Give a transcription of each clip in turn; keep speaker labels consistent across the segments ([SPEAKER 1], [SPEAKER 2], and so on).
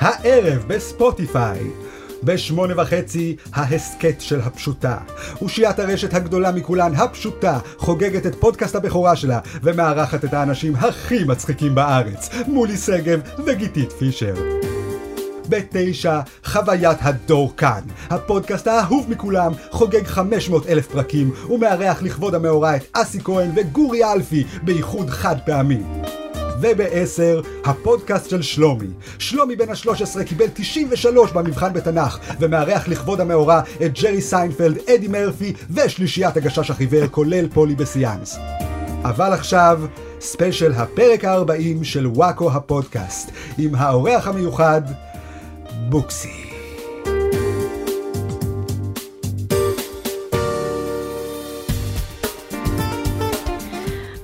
[SPEAKER 1] הערב בספוטיפיי. בשמונה וחצי, ההסכת של הפשוטה. אושיית הרשת הגדולה מכולן, הפשוטה, חוגגת את פודקאסט הבכורה שלה, ומארחת את האנשים הכי מצחיקים בארץ, מולי שגב וגיתית פישר. בתשע, חוויית הדור כאן. הפודקאסט האהוב מכולם חוגג 500 אלף פרקים, ומארח לכבוד המאורע את אסי כהן וגורי אלפי באיחוד חד פעמי. ובעשר, הפודקאסט של שלומי. שלומי בן ה-13 קיבל 93 במבחן בתנ"ך, ומארח לכבוד המאורע את ג'רי סיינפלד, אדי מרפי ושלישיית הגשש החיוור, כולל פולי בסיאנס. אבל עכשיו, ספיישל הפרק ה-40 של וואקו הפודקאסט, עם האורח המיוחד, בוקסי.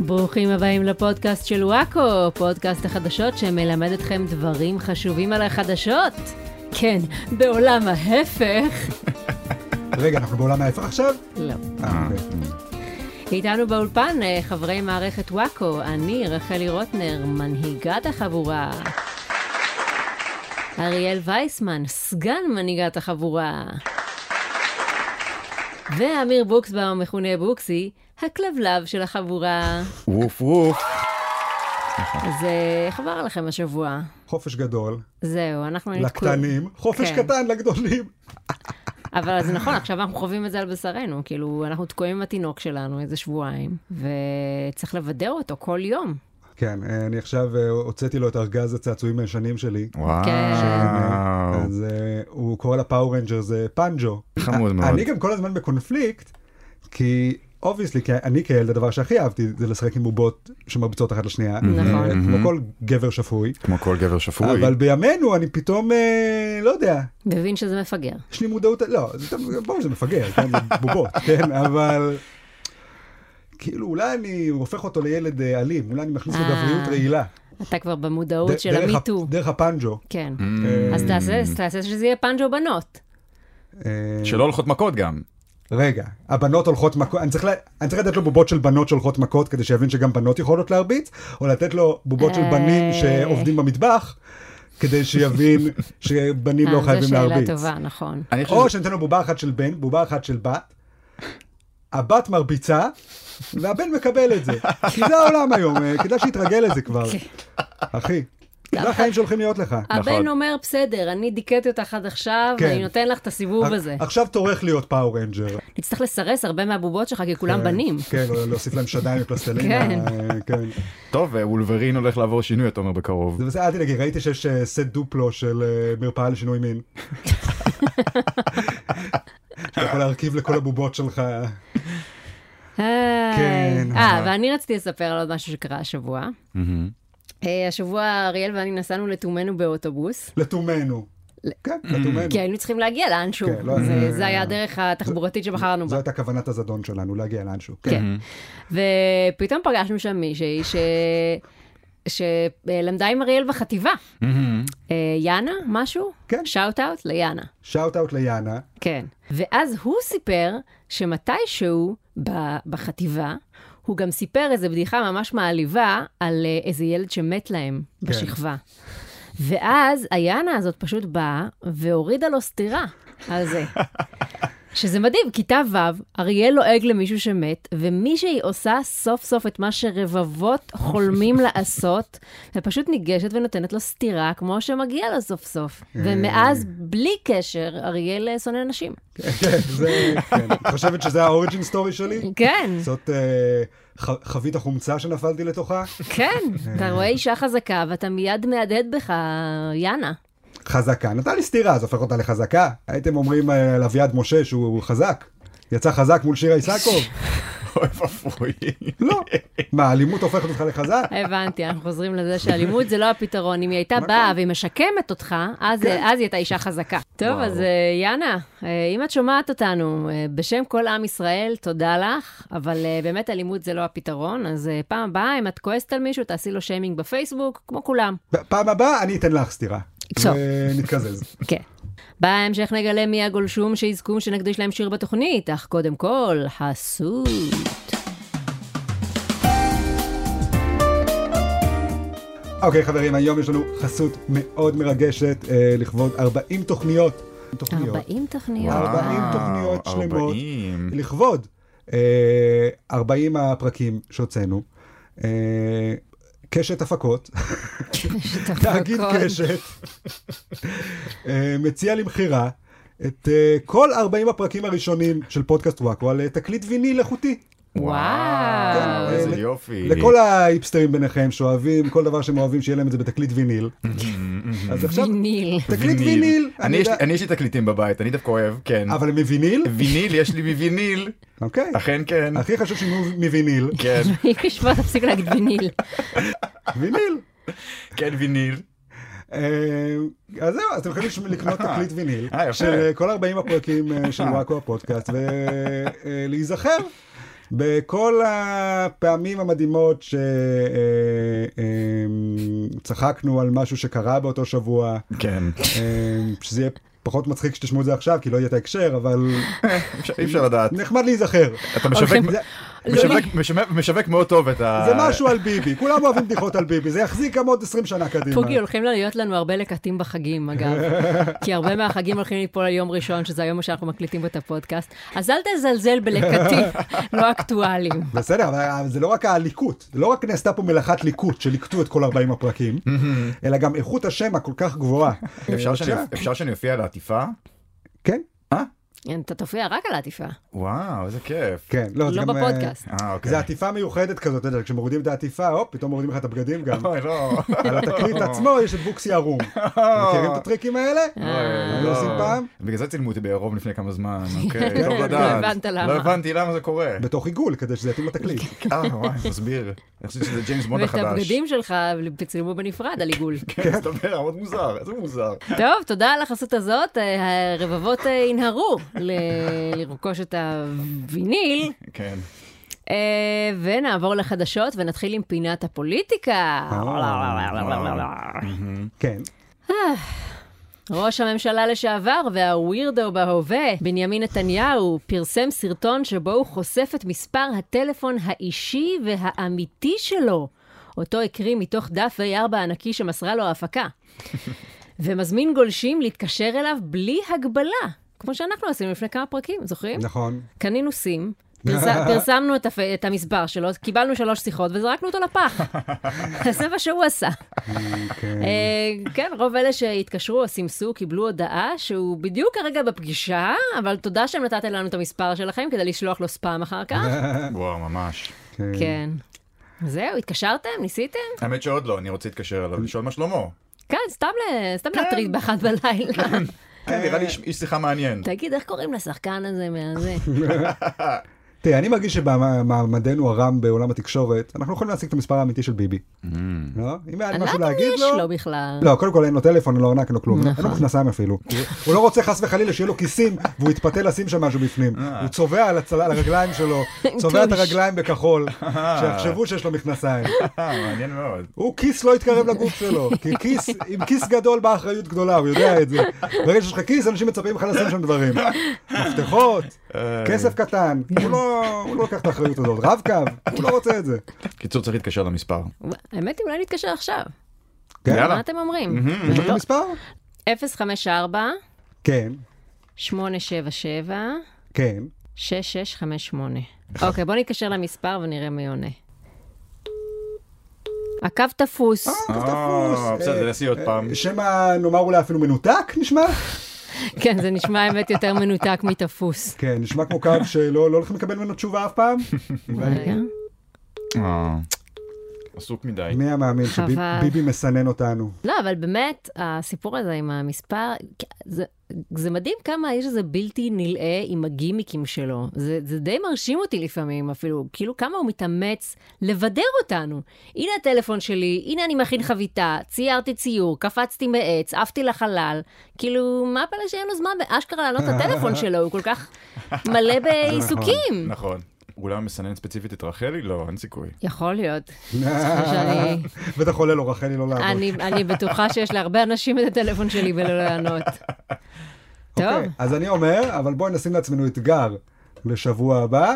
[SPEAKER 2] ברוכים הבאים לפודקאסט של וואקו, פודקאסט החדשות שמלמד אתכם דברים חשובים על החדשות. כן, בעולם ההפך.
[SPEAKER 1] רגע, אנחנו בעולם ההפך עכשיו?
[SPEAKER 2] לא.
[SPEAKER 1] אה, אוקיי.
[SPEAKER 2] איתנו באולפן אה, חברי מערכת וואקו, אני רחלי רוטנר, מנהיגת החבורה. אריאל וייסמן, סגן מנהיגת החבורה. ואמיר בוקסבאום, מכונה בוקסי, הכלבלב של החבורה.
[SPEAKER 3] ווף ווף.
[SPEAKER 2] אז אה, חבל עליכם השבוע.
[SPEAKER 1] חופש גדול,
[SPEAKER 2] זהו, אנחנו היינו תקועים.
[SPEAKER 1] לקטנים, חופש
[SPEAKER 2] כן.
[SPEAKER 1] קטן לגדולים.
[SPEAKER 2] אבל זה נכון, עכשיו אנחנו חווים את זה על בשרנו. כאילו, אנחנו תקועים עם התינוק שלנו איזה שבועיים, וצריך לבדר אותו כל יום.
[SPEAKER 1] כן, אה, אני עכשיו אה, הוצאתי לו את ארגז הצעצועים הישנים שלי. כן.
[SPEAKER 3] וואו.
[SPEAKER 1] אז אה, הוא קורא לפאור רנג'ר זה פאנג'ו.
[SPEAKER 3] חמוד
[SPEAKER 1] אה,
[SPEAKER 3] מאוד.
[SPEAKER 1] אני גם כל הזמן בקונפליקט, כי אובייסלי, כי אני כילד, הדבר שהכי אהבתי זה לשחק עם בובות שמרביצות אחת לשנייה.
[SPEAKER 2] נכון.
[SPEAKER 1] אה, כמו כל גבר שפוי.
[SPEAKER 3] כמו כל גבר שפוי.
[SPEAKER 1] אבל בימינו אני פתאום, אה, לא יודע,
[SPEAKER 2] מבין שזה מפגר.
[SPEAKER 1] יש לי מודעות, לא, זה טוב, ברור שזה מפגר, כן, בובות, כן, אבל... כאילו, אולי אני הופך אותו לילד אה, אלים, אולי אני מכניס לו
[SPEAKER 2] אה,
[SPEAKER 1] גבריות רעילה.
[SPEAKER 2] אתה כבר
[SPEAKER 1] ד-
[SPEAKER 2] במודעות של
[SPEAKER 1] דרך
[SPEAKER 2] המיטו.
[SPEAKER 1] הפ- דרך הפאנג'ו.
[SPEAKER 2] כן.
[SPEAKER 3] Mm.
[SPEAKER 2] אז תעשה, תעשה שזה יהיה פאנג'ו בנות.
[SPEAKER 1] אה,
[SPEAKER 3] שלא הולכות מכות גם.
[SPEAKER 1] רגע, הבנות הולכות מכות, אני צריך ל- אני צריך לתת לו בובות של בנות שהולכות מכות כדי שיבין שגם בנות יכולות להרביץ, או לתת לו בובות של בנים
[SPEAKER 2] אה.
[SPEAKER 1] שעובדים במטבח, כדי שיבין שבנים לא
[SPEAKER 2] אה,
[SPEAKER 1] חייבים להרביץ.
[SPEAKER 2] זו שאלה טובה, נכון.
[SPEAKER 3] אני חושב
[SPEAKER 1] או
[SPEAKER 3] שזה-
[SPEAKER 1] שניתן לו בובה אחת של בן, בובה אחת של בת, הבת מרביצה, והבן מקבל את זה. כי זה העולם היום, אה, כדאי שיתרגל לזה כבר.
[SPEAKER 2] כן.
[SPEAKER 1] אחי, זה החיים שהולכים להיות לך.
[SPEAKER 2] הבן
[SPEAKER 3] נכון.
[SPEAKER 2] אומר, בסדר, אני דיכאתי אותך עד עכשיו,
[SPEAKER 1] כן. אה.
[SPEAKER 2] אני נותן לך את הסיבוב הזה.
[SPEAKER 1] עכשיו טורח להיות פאור רנג'ר.
[SPEAKER 2] נצטרך לסרס הרבה מהבובות שלך, כי כולם בנים.
[SPEAKER 1] כן, או להוסיף להם שדיים ופלסטלינה.
[SPEAKER 2] כן.
[SPEAKER 1] אה, כן.
[SPEAKER 3] טוב, אה, וולברין הולך לעבור שינוי, אתה אומר בקרוב.
[SPEAKER 1] זה בסדר, אל תדאגי, ראיתי שיש אה, סט דופלו של אה, מרפאה לשינוי מין. שאתה יכול להרכיב לכל הבובות שלך.
[SPEAKER 2] היי.
[SPEAKER 1] כן,
[SPEAKER 2] אה,
[SPEAKER 1] אבל-
[SPEAKER 2] ואני רציתי לספר על עוד משהו שקרה השבוע.
[SPEAKER 3] מהמם.
[SPEAKER 2] אה, השבוע אריאל ואני נסענו לתומנו באוטובוס,
[SPEAKER 1] לתומנו. כן, לתומנו.
[SPEAKER 2] כי היינו צריכים להגיע לאנשהו.
[SPEAKER 1] כן, לא,
[SPEAKER 2] זה-
[SPEAKER 1] אה,
[SPEAKER 2] זה היה הדרך התחבורתית שבחרנו
[SPEAKER 1] זו
[SPEAKER 2] בה.
[SPEAKER 1] הייתה כוונת הזדון שלנו, להגיע לאנשהו.
[SPEAKER 2] כן. ופתאום פגשנו שם מישהי ש... שלמדה עם אריאל בחטיבה.
[SPEAKER 3] מהמם.
[SPEAKER 2] אה, יאנה, משהו?
[SPEAKER 1] כן.
[SPEAKER 2] שאוט אאוט ליאנה.
[SPEAKER 1] שאוט אאוט ליאנה.
[SPEAKER 2] כן. ואז הוא סיפר שמתישהו ב- בחטיבה, הוא גם סיפר איזו בדיחה ממש מעליבה על אה, איזה ילד שמת להם בשכבה. ואז היאנה הזאת פשוט באה והורידה לו סטירה על זה. שזה מדהים, כיתה ו', אריאל לועג למישהו שמת, ומישהי עושה סוף סוף את מה שרבבות חולמים לעשות, ופשוט ניגשת ונותנת לו סטירה כמו שמגיע לו סוף סוף. ומאז, בלי קשר, אריאל אה, שונא נשים.
[SPEAKER 1] כן, זה, כן. את חושבת שזה האוריג'ין סטורי שלי?
[SPEAKER 2] כן,
[SPEAKER 1] זאת אה, ח- חבית החומצה שנפלתי לתוכה?
[SPEAKER 2] כן. אתה רואה אישה חזקה ואתה מיד מהדהד בך, יאנה.
[SPEAKER 1] חזקה. נתן לי סטירה, זה הופך אותה לחזקה. הייתם אומרים אה, על אביעד משה שהוא חזק. יצא חזק מול שירה איסקוב?
[SPEAKER 3] אוי ואבוי.
[SPEAKER 1] לא. מה, האלימות הופכת אותך לחזק?
[SPEAKER 2] הבנתי, אנחנו חוזרים לזה שאלימות זה לא הפתרון. אם היא הייתה באה והיא משקמת אותך, אז אז היא הייתה אישה חזקה. טוב, אז אה, יאנה, אה, אם את שומעת אותנו, אה, בשם כל עם ישראל, תודה לך, אבל אה, באמת אלימות זה לא הפתרון, אז אה, פעם הבאה, אם את כועסת על מישהו, תעשי לו שיימינג בפייסבוק, כמו כולם.
[SPEAKER 1] פעם הבאה אני אתן לך סטירה.
[SPEAKER 2] טוב.
[SPEAKER 1] ונתקזז.
[SPEAKER 2] כן. בהמשך נגלה מי הגולשום שיזכו שנקדיש להם שיר בתוכנית, אך קודם כל, חסות.
[SPEAKER 1] אוקיי חברים, היום יש לנו חסות מאוד מרגשת אה, לכבוד 40 תוכניות.
[SPEAKER 2] 40 תוכניות.
[SPEAKER 1] וואו. 40
[SPEAKER 3] וואו,
[SPEAKER 1] תוכניות שלמות.
[SPEAKER 3] 40.
[SPEAKER 1] לכבוד אה, 40 הפרקים שהוצאנו. אה, קשת הפקות, תאגיד קשת, אה, מציע למכירה את אה, כל 40 הפרקים הראשונים של פודקאסט וואקו על אה, תקליט ויניל איכותי.
[SPEAKER 2] וואו.
[SPEAKER 3] וואו,
[SPEAKER 1] כן,
[SPEAKER 3] איזה
[SPEAKER 1] אה,
[SPEAKER 3] יופי.
[SPEAKER 1] לכל ההיפסטרים ביניכם שאוהבים כל דבר שהם אוהבים שיהיה להם את זה בתקליט ויניל. אז עכשיו,
[SPEAKER 2] ויניל.
[SPEAKER 1] תקליט ויניל.
[SPEAKER 3] אני יש לי-
[SPEAKER 1] יודע-
[SPEAKER 3] אני יש לי תקליטים בבית, אני דווקא אוהב, כן.
[SPEAKER 1] אבל הם מוויניל?
[SPEAKER 3] ויניל, יש לי מוויניל.
[SPEAKER 1] אוקיי.
[SPEAKER 3] אכן כן.
[SPEAKER 1] הכי חשוב שהם יהיו מוויניל.
[SPEAKER 3] כן,
[SPEAKER 2] נשמע, תפסיק להגיד ויניל.
[SPEAKER 1] ויניל.
[SPEAKER 3] כן ויניל.
[SPEAKER 1] אה, אז זהו, אז אתם יכולים לש- לקנות תקליט ויניל
[SPEAKER 3] אה, יפה.
[SPEAKER 1] של אה, כל 40 הפרקים אה, של וואקו הפודקאסט, ולהיזכר בכל הפעמים המדהימות אה, שצחקנו אמ, על משהו שקרה באותו שבוע,
[SPEAKER 3] כן.
[SPEAKER 1] אה, שזה יהיה פחות מצחיק שתשמעו את זה עכשיו, כי לא יהיה את ההקשר, אבל
[SPEAKER 3] אפשר- אי אפשר לדעת.
[SPEAKER 1] נחמד להיזכר.
[SPEAKER 3] אתה משווק-
[SPEAKER 1] לא- אוקיי, זה-
[SPEAKER 2] לא
[SPEAKER 1] לא
[SPEAKER 3] משווק- משווק- משווק מאוד טוב את ה...
[SPEAKER 1] זה משהו על ביבי, כולם אוהבים בדיחות על ביבי, זה יחזיק גם עוד 20 שנה קדימה.
[SPEAKER 2] פוגי, לא- הולכים להיות לנו הרבה לקטים בחגים, אגב. כי הרבה מהחגים הולכים ליפול על יום ראשון, שזה היום שאנחנו מקליטים בו את הפודקאסט. אז אל תזלזל בלקטים לא אקטואליים.
[SPEAKER 1] בסדר, אבל זה לא רק הליקוט, זה לא רק נעשתה פה מלאכת ליקוט שליקטו את כל 40 הפרקים, אלא גם איכות השם הכל כך גבוהה.
[SPEAKER 3] אפשר שאני- אפשר שאני אופיע על העטיפה?
[SPEAKER 1] כן,
[SPEAKER 2] אתה תופיע רק על העטיפה,
[SPEAKER 3] וואו, איזה כיף.
[SPEAKER 1] כן. זה
[SPEAKER 2] לא
[SPEAKER 1] גם, אה,
[SPEAKER 2] בפודקאסט.
[SPEAKER 3] אה, אוקיי.
[SPEAKER 1] זה עטיפה מיוחדת כזאת, אתה יודע, כשמורידים את העטיפה, הופ, פתאום מורידים לך את הבגדים גם.
[SPEAKER 3] אוי, לא.
[SPEAKER 1] על התקליט עצמו יש את בוקסי ערום. מכירים את הטריקים האלה?
[SPEAKER 3] אוי,
[SPEAKER 2] אה.
[SPEAKER 1] לא עושים
[SPEAKER 3] אה.
[SPEAKER 1] פעם?
[SPEAKER 3] בגלל זה צילמו אותי בעירום לפני כמה זמן, אוקיי,
[SPEAKER 1] כן,
[SPEAKER 3] טוב
[SPEAKER 1] לא
[SPEAKER 3] לדעת.
[SPEAKER 2] הבנת למה.
[SPEAKER 3] לא הבנתי למה זה קורה.
[SPEAKER 1] בתוך עיגול, כדי שזה יתאים לתקליט.
[SPEAKER 3] אה, וואי, מסביר. אני חושב שזה ג'יימס בונד
[SPEAKER 2] ואת
[SPEAKER 3] החדש.
[SPEAKER 2] הבגדים שלך צילמו בנפרד על עיגול.
[SPEAKER 3] כן, זאת אומרת, מאוד מוזר, איזה מוזר.
[SPEAKER 1] כן.
[SPEAKER 2] טוב, תודה על החסות הזאת. אה, הרבבות אה, ינהרו ל- לרכוש את הוויניל.
[SPEAKER 3] כן.
[SPEAKER 2] אה, ונעבור לחדשות ונתחיל עם פינת הפוליטיקה.
[SPEAKER 1] כן.
[SPEAKER 2] ראש הממשלה לשעבר והווירדו בהווה, בנימין נתניהו, פרסם סרטון שבו הוא חושף את מספר הטלפון האישי והאמיתי שלו, אותו הקריא מתוך דף A4 הענקי שמסרה לו ההפקה, ומזמין גולשים להתקשר אליו בלי הגבלה, כמו שאנחנו עשינו לפני כמה פרקים, זוכרים?
[SPEAKER 1] נכון.
[SPEAKER 2] קנינו סים. פרס... פרסמנו את, הפ... את המספר שלו, קיבלנו שלוש שיחות וזרקנו אותו לפח. אז זה מה שהוא עשה.
[SPEAKER 1] כן.
[SPEAKER 2] אה, כן, רוב אלה שהתקשרו או סימסו קיבלו הודעה שהוא בדיוק כרגע בפגישה, אבל תודה שנתתם לנו את המספר שלכם כדי לשלוח לו ספאם אחר כך.
[SPEAKER 3] וואו, ממש.
[SPEAKER 1] אה? כן.
[SPEAKER 2] כן. זהו, התקשרתם? ניסיתם?
[SPEAKER 3] האמת שעוד לא, אני רוצה להתקשר אליו, לשאול מה שלמה.
[SPEAKER 1] אה.
[SPEAKER 2] כן, סתם ל- סתם
[SPEAKER 1] כן.
[SPEAKER 2] להטריד באחת בלילה.
[SPEAKER 3] כן, נראה לי איש- איש שיחה מעניין.
[SPEAKER 2] תגיד, איך קוראים לשחקן הזה מהזה?
[SPEAKER 1] תראה, אני מרגיש שבמעמדנו הרם בעולם התקשורת, אנחנו יכולים להשיג את המספר האמיתי של ביבי. לא? אם היה לי
[SPEAKER 2] למה
[SPEAKER 1] משהו להגיד
[SPEAKER 2] יש
[SPEAKER 1] לו...
[SPEAKER 2] לו בכלל?
[SPEAKER 1] לא, קודם כל אין לו טלפון, לא ענק, אין לו כלום,
[SPEAKER 2] נכון.
[SPEAKER 1] אין לו מכנסיים אפילו. הוא לא רוצה חס וחלילה שיהיה לו כיסים, והוא יתפתה לשים שם משהו בפנים. הוא צובע על הצל- על הרגליים שלו, צובע את
[SPEAKER 2] טוש.
[SPEAKER 1] הרגליים בכחול, שיחשבו שיש לו מכנסיים.
[SPEAKER 3] אה, מעניין מאוד.
[SPEAKER 1] הוא כיס לא יתקרב לגוף שלו, כי כיס, עם כיס גדול באה אחריות גדולה, הוא יודע את זה. ברגע שיש לך כיס, אנשים מצפים לך לשים שם דברים. מפתחות, כסף קטן, הוא לא הוא לא לוקח את האחריות הזאת, רב-קו, הוא לא רוצה את זה.
[SPEAKER 3] קיצור, צריך להתקשר למספר.
[SPEAKER 1] לא.
[SPEAKER 2] האמת היא, אולי נתקשר עכשיו.
[SPEAKER 1] כן,
[SPEAKER 3] יאללה.
[SPEAKER 2] מה אתם אומרים?
[SPEAKER 1] יש
[SPEAKER 2] לא.
[SPEAKER 1] לך את המספר?
[SPEAKER 2] 054
[SPEAKER 1] כן,
[SPEAKER 2] 877
[SPEAKER 1] כן.
[SPEAKER 2] 6658. אוקיי, בוא נתקשר למספר ונראה מי עונה. הקו תפוס.
[SPEAKER 3] אה, בסדר,
[SPEAKER 1] אה,
[SPEAKER 3] תנסי עוד פעם.
[SPEAKER 1] שמא נאמר אולי אפילו מנותק נשמע?
[SPEAKER 2] כן, זה נשמע האמת יותר מנותק מתפוס.
[SPEAKER 1] כן, נשמע כמו קו שלא לא הולכים לקבל ממנו תשובה אף פעם.
[SPEAKER 2] רגע.
[SPEAKER 3] אה, עסוק מדי.
[SPEAKER 1] מי היה מאמין
[SPEAKER 2] חבל.
[SPEAKER 1] שביבי מסנן אותנו.
[SPEAKER 2] לא, אבל באמת, הסיפור הזה עם המספר, זה, זה מדהים כמה האיש הזה בלתי נלאה עם הגימיקים שלו. זה, זה די מרשים אותי לפעמים אפילו, כאילו כמה הוא מתאמץ לבדר אותנו. הנה הטלפון שלי, הנה אני מכין חביתה, ציירתי ציור, קפצתי מעץ, עפתי לחלל. כאילו, מה הפלא שאין לו זמן באשכרה לענות לטלפון שלו, הוא כל כך מלא בעיסוקים.
[SPEAKER 3] נכון. אולי המסנן ספציפית את רחלי? לא, אין סיכוי.
[SPEAKER 2] יכול להיות. סליחה שאני-
[SPEAKER 1] בטח עולה לו רחלי לא לעבוד.
[SPEAKER 2] אני, אני בטוחה שיש להרבה אנשים את הטלפון שלי ולא לענות. טוב.
[SPEAKER 1] אוקיי, אז אני אומר, אבל בואי נשים לעצמנו אתגר לשבוע הבא.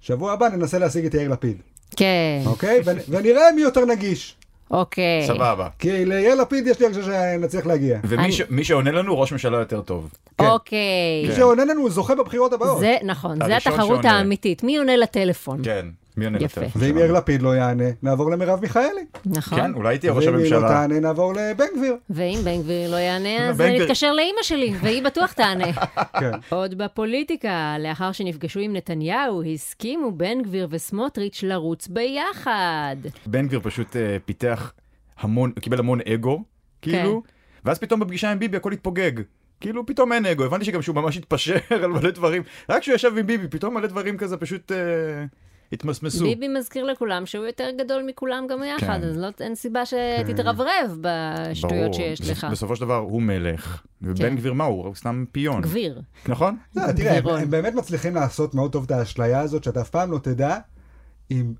[SPEAKER 1] שבוע הבא ננסה להשיג את יאיר לפיד,
[SPEAKER 2] כן.
[SPEAKER 1] אוקיי? ו- ונראה מי יותר נגיש.
[SPEAKER 2] אוקיי.
[SPEAKER 3] סבבה.
[SPEAKER 1] כי ליאיר לפיד יש לי הרגשה שנצליח להגיע.
[SPEAKER 2] אני-
[SPEAKER 3] ומי ש- מי שעונה לנו, ראש ממשלה יותר טוב.
[SPEAKER 1] כן.
[SPEAKER 2] אוקיי.
[SPEAKER 1] מי שעונה לנו הוא זוכה בבחירות הבאות.
[SPEAKER 2] זה נכון, זה
[SPEAKER 3] הראשון
[SPEAKER 2] התחרות
[SPEAKER 3] שעונה.
[SPEAKER 2] האמיתית. מי עונה לטלפון?
[SPEAKER 3] כן. מי עונה
[SPEAKER 2] יפה.
[SPEAKER 3] לטלפון
[SPEAKER 1] ואם
[SPEAKER 3] שלנו?
[SPEAKER 1] יאיר לפיד לא יענה, נעבור למרב מיכאלי.
[SPEAKER 2] נכון.
[SPEAKER 3] כן, אולי תהיה ראש
[SPEAKER 1] ואם היא לא
[SPEAKER 3] הממשלה.
[SPEAKER 1] תענה, נעבור לבן גביר.
[SPEAKER 2] ואם בן גביר לא יענה, אז
[SPEAKER 3] בן גביר-
[SPEAKER 2] נתקשר לאימא שלי, והיא בטוח תענה.
[SPEAKER 1] כן.
[SPEAKER 2] עוד בפוליטיקה, לאחר שנפגשו עם נתניהו, הסכימו בן גביר וסמוטריץ' לרוץ ביחד.
[SPEAKER 3] בן גביר פשוט אה, פיתח המון, קיבל המון אגו, כאילו,
[SPEAKER 2] כן.
[SPEAKER 3] ואז פתאום בפגישה עם ביבי הכל התפוגג. כאילו פתאום אין אגו, הבנתי שגם שהוא ממש התפשר על מלא דברים, רק כשהוא ישב עם ביבי, פתאום מלא דברים כזה פשוט אה, התמסמסו.
[SPEAKER 2] ביבי מזכיר לכולם שהוא יותר גדול מכולם גם יחד,
[SPEAKER 3] כן.
[SPEAKER 2] אז לא, אין סיבה שתתרברב בשטויות
[SPEAKER 3] ברור.
[SPEAKER 2] שיש
[SPEAKER 3] בס-
[SPEAKER 2] לך.
[SPEAKER 3] בסופו של דבר הוא מלך,
[SPEAKER 2] כן.
[SPEAKER 3] ובן גביר מה הוא? הוא סתם פיון,
[SPEAKER 2] גביר.
[SPEAKER 3] נכון?
[SPEAKER 1] לא, תראה, הם-
[SPEAKER 2] גבירון.
[SPEAKER 1] הם באמת מצליחים לעשות מאוד טוב את האשליה הזאת, שאתה אף פעם לא תדע אם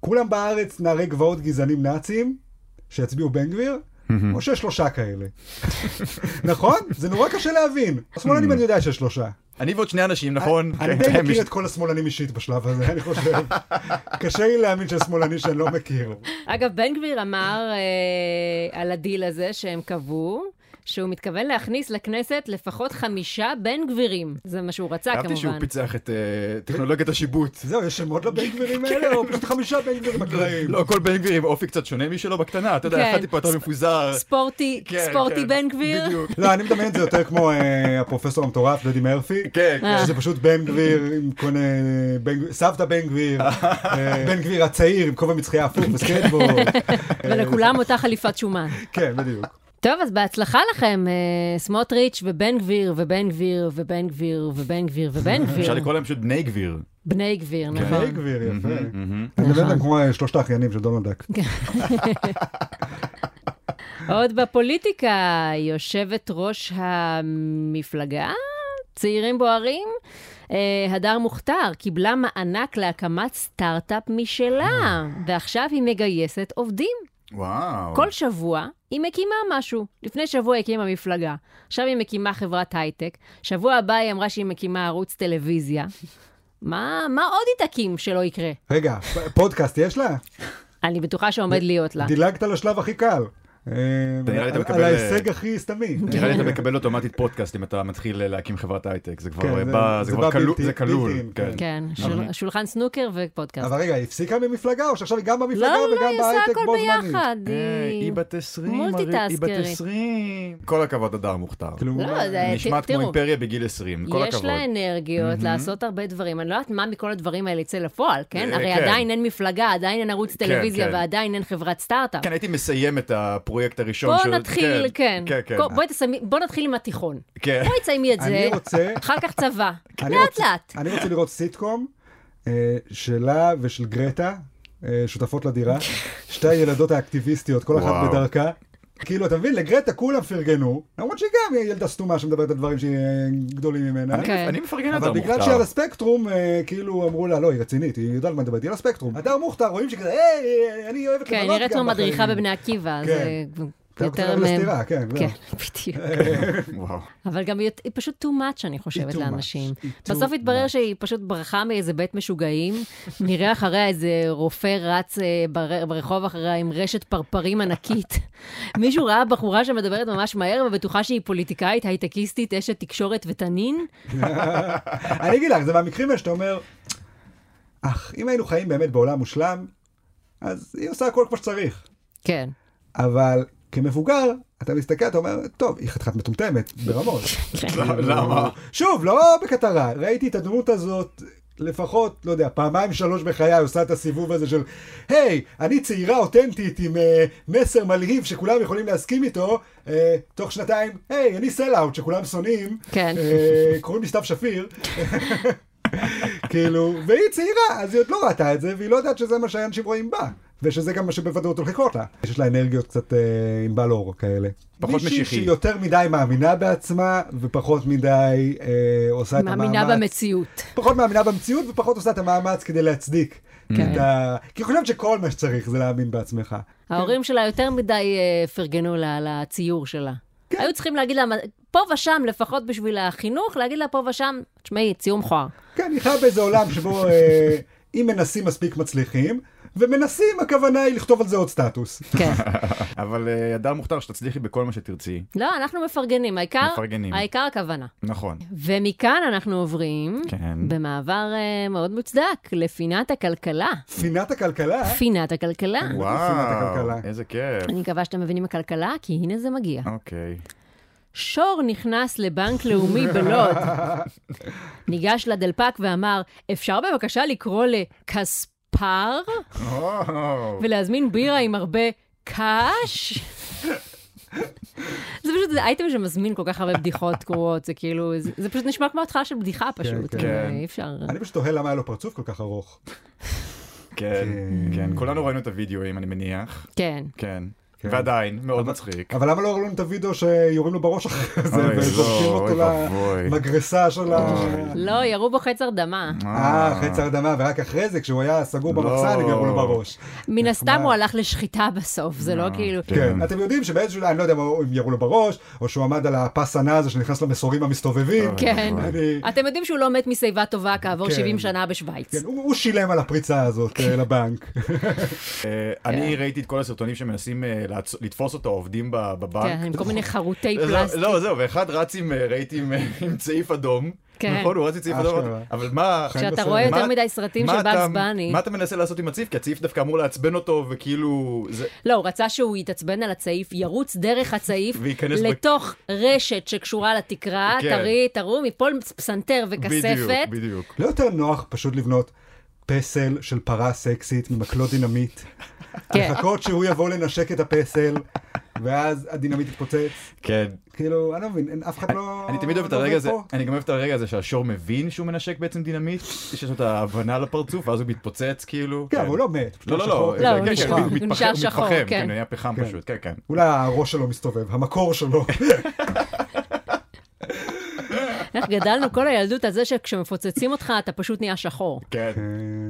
[SPEAKER 1] כולם בארץ נערי גבעות גזענים נאצים, שיצביעו בן גביר, או שיש שלושה כאלה. נכון? זה נורא קשה להבין. השמאלנים אני יודע שיש שלושה.
[SPEAKER 3] אני ועוד שני אנשים, נכון?
[SPEAKER 1] אני
[SPEAKER 3] כן,
[SPEAKER 1] די מכיר
[SPEAKER 3] מש-
[SPEAKER 1] את כל השמאלנים אישית בשלב הזה, אני חושב. קשה לי להאמין שיש שמאלני שאני לא מכיר.
[SPEAKER 2] אגב, בן גביר אמר אה, על הדיל הזה שהם קבעו. שהוא מתכוון להכניס לכנסת לפחות חמישה בן גבירים. זה מה שהוא רצה,
[SPEAKER 3] אהבתי שהוא
[SPEAKER 2] כמובן.
[SPEAKER 3] פיצח את אה, טכנולוגיית השיבוט.
[SPEAKER 1] זהו, יש שמות לבן גבירים האלה, או פשוט חמישה בן גבירים אקראיים?
[SPEAKER 3] כן. לא, כל בן גביר עם אופי קצת שונה משלו בקטנה, אתה
[SPEAKER 2] כן.
[SPEAKER 3] יודע, אחד טיפה יותר מפוזר.
[SPEAKER 2] ספורטי,
[SPEAKER 3] כן,
[SPEAKER 2] ספורטי
[SPEAKER 3] כן,
[SPEAKER 2] בן גביר.
[SPEAKER 3] בדיוק.
[SPEAKER 1] לא, אני מדמיין את זה יותר כמו אה, הפרופסור המטורף, דדי מרפי.
[SPEAKER 3] כן,
[SPEAKER 2] אה,
[SPEAKER 3] כן.
[SPEAKER 1] שזה פשוט בן גביר עם כל מיני... בן גביר- סבתא בן גביר, אה, בן גביר הצעיר עם כובע מצחייה הפוך וסקייטבורד.
[SPEAKER 2] ולכולם אותה חליפת שומן.
[SPEAKER 1] כן, בדיוק.
[SPEAKER 2] טוב, אז בהצלחה לכם, אה, סמוטריץ' ובן גביר ובן גביר ובן גביר ובן גביר ובן
[SPEAKER 3] אפשר
[SPEAKER 2] גביר.
[SPEAKER 3] לקרוא כן. להם פשוט בני גביר.
[SPEAKER 2] בני גביר,
[SPEAKER 1] בן
[SPEAKER 2] נכון.
[SPEAKER 1] כן, גביר, יפה.
[SPEAKER 3] מהמם.
[SPEAKER 1] אני מדבר עליהם כמו אה, שלושת האחיינים של דונלד דק.
[SPEAKER 2] עוד בפוליטיקה, יושבת ראש המפלגה, צעירים בוערים, אה, הדר מוכתר, קיבלה מענק להקמת סטארט-אפ משלה, ועכשיו היא מגייסת עובדים.
[SPEAKER 3] וואו.
[SPEAKER 2] כל שבוע היא מקימה משהו. לפני שבוע היא הקימה מפלגה, עכשיו היא מקימה חברת הייטק, שבוע הבא היא אמרה שהיא מקימה ערוץ טלוויזיה. מה, מה עוד היא תקים שלא יקרה?
[SPEAKER 1] רגע, פ- פודקאסט יש לה?
[SPEAKER 2] אני בטוחה שעומד להיות לה.
[SPEAKER 1] דילגת לשלב הכי קל. אה,
[SPEAKER 3] נראה לי אתה
[SPEAKER 1] על-
[SPEAKER 3] מקבל,
[SPEAKER 1] על
[SPEAKER 3] אה,
[SPEAKER 1] ההישג הכי סתמי.
[SPEAKER 3] נראה לי אתה מקבל אוטומטית פודקאסט אם אתה מתחיל להקים חברת הייטק, זה
[SPEAKER 1] כן,
[SPEAKER 3] כבר אה,
[SPEAKER 1] זה-
[SPEAKER 3] בא,
[SPEAKER 1] זה
[SPEAKER 3] זה
[SPEAKER 1] בא
[SPEAKER 3] כבר כלול,
[SPEAKER 1] בלתי-
[SPEAKER 3] זה כלול,
[SPEAKER 1] בלתי,
[SPEAKER 3] כן.
[SPEAKER 2] כן, שול- שולחן סנוקר ופודקאסט.
[SPEAKER 1] אבל רגע, היא הפסיקה ממפלגה, או שעכשיו היא גם
[SPEAKER 2] לא,
[SPEAKER 1] במפלגה
[SPEAKER 2] לא, לא,
[SPEAKER 1] וגם
[SPEAKER 2] היא עושה
[SPEAKER 1] בהייטק
[SPEAKER 2] הכל
[SPEAKER 1] בו זמנית?
[SPEAKER 2] ביחד.
[SPEAKER 3] אה, היא
[SPEAKER 2] היא-
[SPEAKER 3] בת 20, היא
[SPEAKER 2] כן. מולטיטאסקרית.
[SPEAKER 3] בת 20. כל הכבוד, הדר מוכתר.
[SPEAKER 1] כאילו,
[SPEAKER 2] לא, זה-
[SPEAKER 3] נשמעת
[SPEAKER 2] תראו,
[SPEAKER 3] כמו אימפריה בגיל 20, כל
[SPEAKER 2] יש
[SPEAKER 3] הכבוד.
[SPEAKER 2] לה אנרגיות לעשות הרבה דברים. אני לא יודעת מה מכל הדברים האלה יצא לפועל, כן?
[SPEAKER 3] אה,
[SPEAKER 2] הרי
[SPEAKER 3] כן.
[SPEAKER 2] עדיין אין מפלגה, עדיין אין ערוץ טלוויזיה
[SPEAKER 3] כן.
[SPEAKER 2] ועדיין אין חברת סטארט-אפ.
[SPEAKER 3] כן, הייתי מסיים את הפרויקט הראשון.
[SPEAKER 2] בוא
[SPEAKER 3] של-
[SPEAKER 2] נתחיל, כן.
[SPEAKER 3] כן, כן.
[SPEAKER 2] בוא תסיימי- בוא נתחיל עם התיכון.
[SPEAKER 3] כן.
[SPEAKER 2] בואי תסיימי את זה,
[SPEAKER 1] אני רוצה...
[SPEAKER 2] אחר כך צבא.
[SPEAKER 1] אני
[SPEAKER 2] לאט
[SPEAKER 1] רוצה-
[SPEAKER 2] לאט. כן,
[SPEAKER 1] אני רוצה לראות סיטקום אה, שלה ושל גרטה, אה, שותפות לדירה, שתי הילדות האקטיביסטיות, כל אחת
[SPEAKER 3] וואו.
[SPEAKER 1] בדרכה. כאילו, אתה מבין, לגרטה כולם פרגנו, למרות שהיא גם ילדה סתומה שמדברת על דברים שהיא אה, גדולים ממנה.
[SPEAKER 3] אני-
[SPEAKER 2] כן.
[SPEAKER 3] אני מפרגן
[SPEAKER 1] אבל
[SPEAKER 3] לדר
[SPEAKER 1] בגלל שהיא על
[SPEAKER 3] מוכתר.
[SPEAKER 1] הספקטרום, אה, כאילו אמרו לה, לא, היא רצינית, היא יודעת על מה מדברת, היא על הספקטרום. הדר מוכתר, רואים שכזה, היי, אה, אני אוהבת
[SPEAKER 2] כן,
[SPEAKER 1] לבלות
[SPEAKER 2] נראית
[SPEAKER 1] גם
[SPEAKER 2] כמו מדריכה
[SPEAKER 1] בחיים."
[SPEAKER 2] בבני עקיבא, זה
[SPEAKER 1] כן. אתה
[SPEAKER 2] יותר...
[SPEAKER 1] קצת
[SPEAKER 2] מ-
[SPEAKER 1] לסתירה, כן, זהו.
[SPEAKER 2] כן, בדיוק.
[SPEAKER 3] וואו.
[SPEAKER 2] אבל גם היא היא פשוט too much, אני חושבת,
[SPEAKER 1] too
[SPEAKER 2] לאנשים.
[SPEAKER 1] much, היא too
[SPEAKER 2] בסוף התברר שהיא פשוט ברחה מאיזה בית משוגעים, נראה אחריה איזה רופא רץ אה, בר- ברחוב אחריה עם רשת פרפרים ענקית. מישהו ראה בחורה שמדברת ממש מהר ובטוחה שהיא פוליטיקאית, הייטקיסטית, אשת תקשורת ותנין?
[SPEAKER 1] אני אגיד לך, זה מהמקרים האלה שאתה אומר, אך, אם היינו חיים באמת בעולם מושלם, אז היא עושה הכל כמו שצריך.
[SPEAKER 2] כן.
[SPEAKER 1] אבל כמבוגר, אתה מסתכל, אתה אומר, טוב, היא חתיכת מטומטמת, ברמות.
[SPEAKER 3] למה?
[SPEAKER 1] שוב, לא בקטע רע, ראיתי את הדמות הזאת. לפחות, לא יודע, פעמיים שלוש בחיי עושה את הסיבוב הזה של, היי, אני צעירה אותנטית עם אה, מסר מלהיב שכולם יכולים להסכים איתו, אה, תוך שנתיים, היי, אני סל-אאוט שכולם שונאים,
[SPEAKER 2] כן.
[SPEAKER 1] אה, קוראים לי סתיו שפיר, כאילו, והיא צעירה, אז היא עוד לא ראתה את זה, והיא לא יודעת שזה מה שאנשים רואים בה, ושזה גם מה שבוודאות הולך לקרות לה. יש לה אנרגיות קצת אה, עם בעל אור כאלה.
[SPEAKER 3] פחות משיחי.
[SPEAKER 1] מישהי שהיא יותר מדי מאמינה בעצמה, ופחות מדי אה, עושה את המאמץ.
[SPEAKER 2] מאמינה במציאות.
[SPEAKER 1] פחות מאמינה במציאות, ופחות עושה את המאמץ כדי להצדיק.
[SPEAKER 2] כן.
[SPEAKER 1] את ה... כי היא חושבת שכל מה שצריך זה להאמין בעצמך.
[SPEAKER 2] ההורים שלה יותר מדי אה, פרגנו לה על הציור שלה.
[SPEAKER 1] כן.
[SPEAKER 2] היו צריכים להגיד לה, פה ושם, לפחות בשביל החינוך, להגיד לה פה ושם, תשמעי, ציור מכוער.
[SPEAKER 1] כן, היא חיה באיזה עולם שבו אה, אם מנסים מספיק מצליחים, ומנסים, הכוונה היא לכתוב על זה עוד סטטוס.
[SPEAKER 2] כן.
[SPEAKER 3] אבל אה, אדם מוכתר שתצליחי בכל מה שתרצי.
[SPEAKER 2] לא, אנחנו מפרגנים, העיקר,
[SPEAKER 3] מפרגנים.
[SPEAKER 2] העיקר הכוונה.
[SPEAKER 3] נכון.
[SPEAKER 2] ומכאן אנחנו עוברים,
[SPEAKER 3] כן.
[SPEAKER 2] במעבר אה, מאוד מוצדק, לפינת הכלכלה.
[SPEAKER 1] פינת הכלכלה,
[SPEAKER 2] פינת הכלכלה.
[SPEAKER 3] וואו,
[SPEAKER 1] הכלכלה.
[SPEAKER 3] איזה כיף.
[SPEAKER 2] אני מקווה שאתם מבינים הכלכלה, כי הנה זה מגיע.
[SPEAKER 3] אוקיי.
[SPEAKER 2] שור נכנס לבנק לאומי בלוד. ניגש לדלפק ואמר, אפשר בבקשה לקרוא לכספר
[SPEAKER 3] וואו.
[SPEAKER 2] ולהזמין בירה עם הרבה קש? זה פשוט זה אייטם שמזמין כל כך הרבה בדיחות גרועות, זה כאילו, זה, זה פשוט נשמע כמו התחלה של בדיחה פשוט,
[SPEAKER 1] כן.
[SPEAKER 2] אה, אי אפשר.
[SPEAKER 1] אני פשוט תוהה למה היה לו פרצוף כל כך ארוך.
[SPEAKER 3] כן,
[SPEAKER 1] כן.
[SPEAKER 3] כן. כולנו ראינו את הוידאוים, אני מניח.
[SPEAKER 2] כן.
[SPEAKER 3] כן.
[SPEAKER 1] כן.
[SPEAKER 3] ועדיין, מאוד מצחיק.
[SPEAKER 1] אבל למה לא הראו לנו את הוידאו שיורים לו בראש אחרי זה,
[SPEAKER 3] אוי,
[SPEAKER 1] וזורקים
[SPEAKER 3] לא,
[SPEAKER 1] אותו
[SPEAKER 3] אוי ואבוי.
[SPEAKER 1] למגרסה של ה...
[SPEAKER 2] לא, ירו בו חצר דמה.
[SPEAKER 1] אה, אחרי צער דמה, ורק אחרי זה, כשהוא היה סגור
[SPEAKER 3] לא.
[SPEAKER 1] במחסן, הם ירו לו בראש.
[SPEAKER 2] מן הסתם הוא הלך לשחיטה בסוף, זה לא כאילו...
[SPEAKER 3] כן.
[SPEAKER 1] כן, אתם יודעים שבאיזשהו, אני לא יודע אם ירו לו בראש, או שהוא עמד על הפס הנע הזה שנכנס למסורים המסתובבים.
[SPEAKER 2] כן.
[SPEAKER 1] אני-
[SPEAKER 2] אתם יודעים שהוא לא מת משיבה טובה כעבור
[SPEAKER 1] כן.
[SPEAKER 2] 70 שנה בשוויץ.
[SPEAKER 1] כן, הוא הוא שילם על הפריצה הזאת
[SPEAKER 2] כן.
[SPEAKER 1] אה, לבנק.
[SPEAKER 3] אה, אני ראיתי את כל הסרטונים שמנסים אה, לעצ- לתפוס אותו עובדים ב- בבנק.
[SPEAKER 2] כן, עם כל מיני חרוטי
[SPEAKER 3] לא,
[SPEAKER 2] פלסטיק.
[SPEAKER 3] לא, זהו, ואחד רץ עם, אה, ראיתי עם, אה, עם צעיף אדום.
[SPEAKER 2] כן.
[SPEAKER 3] נכון, הוא רץ עם צעיף אדום.
[SPEAKER 1] אשכרה.
[SPEAKER 3] אבל מה...
[SPEAKER 2] כשאתה
[SPEAKER 1] בסדר.
[SPEAKER 2] רואה יותר
[SPEAKER 3] לא, מה-
[SPEAKER 2] מדי סרטים
[SPEAKER 3] מה
[SPEAKER 2] של
[SPEAKER 3] אתה-
[SPEAKER 2] בגס בני.
[SPEAKER 3] מה אתה מנסה לעשות עם הצעיף? כי הצעיף דווקא אמור לעצבן אותו, וכאילו... זה-
[SPEAKER 2] לא, הוא רצה שהוא יתעצבן על הצעיף, ירוץ דרך הצעיף,
[SPEAKER 3] וייכנס ב-
[SPEAKER 2] לתוך רשת שקשורה לתקרה,
[SPEAKER 3] כן.
[SPEAKER 2] טרי, תרום, יפול פסנתר וכספת.
[SPEAKER 3] בדיוק, בדיוק.
[SPEAKER 1] לא יותר נוח פשוט לבנות פסל של פרה סקסית ממקלות דינמיט,
[SPEAKER 2] כן.
[SPEAKER 1] לחכות שהוא יבוא לנשק את הפסל, ואז הדינמיט יתפוצץ.
[SPEAKER 3] כן.
[SPEAKER 1] כאילו, אני לא מבין, אין- אף אחד לא...
[SPEAKER 3] אני תמיד אוהב את
[SPEAKER 1] לא
[SPEAKER 3] הרגע
[SPEAKER 1] עובד
[SPEAKER 3] הזה,
[SPEAKER 1] פה.
[SPEAKER 3] אני גם אוהב את הרגע הזה שהשור מבין שהוא מנשק בעצם דינמיט, שיש לו את ההבנה לפרצוף, ואז הוא מתפוצץ כאילו.
[SPEAKER 1] כן, אבל הוא לא מת. פשוט
[SPEAKER 3] לא, לא,
[SPEAKER 1] שחור
[SPEAKER 3] לא,
[SPEAKER 1] כזה.
[SPEAKER 2] לא, הוא
[SPEAKER 3] כן,
[SPEAKER 2] נשאר-
[SPEAKER 3] כן,
[SPEAKER 2] הוא
[SPEAKER 3] מתפחם,
[SPEAKER 2] נשאר
[SPEAKER 3] מתפחם,
[SPEAKER 2] שחור, כן.
[SPEAKER 3] כן, הוא נהיה פחם פשוט, כן, כן.
[SPEAKER 1] אולי הראש שלו מסתובב, המקור שלו.
[SPEAKER 2] איך גדלנו כל הילדות על זה שכשמפוצצים אותך אתה פשוט נהיה שחור.
[SPEAKER 3] כן.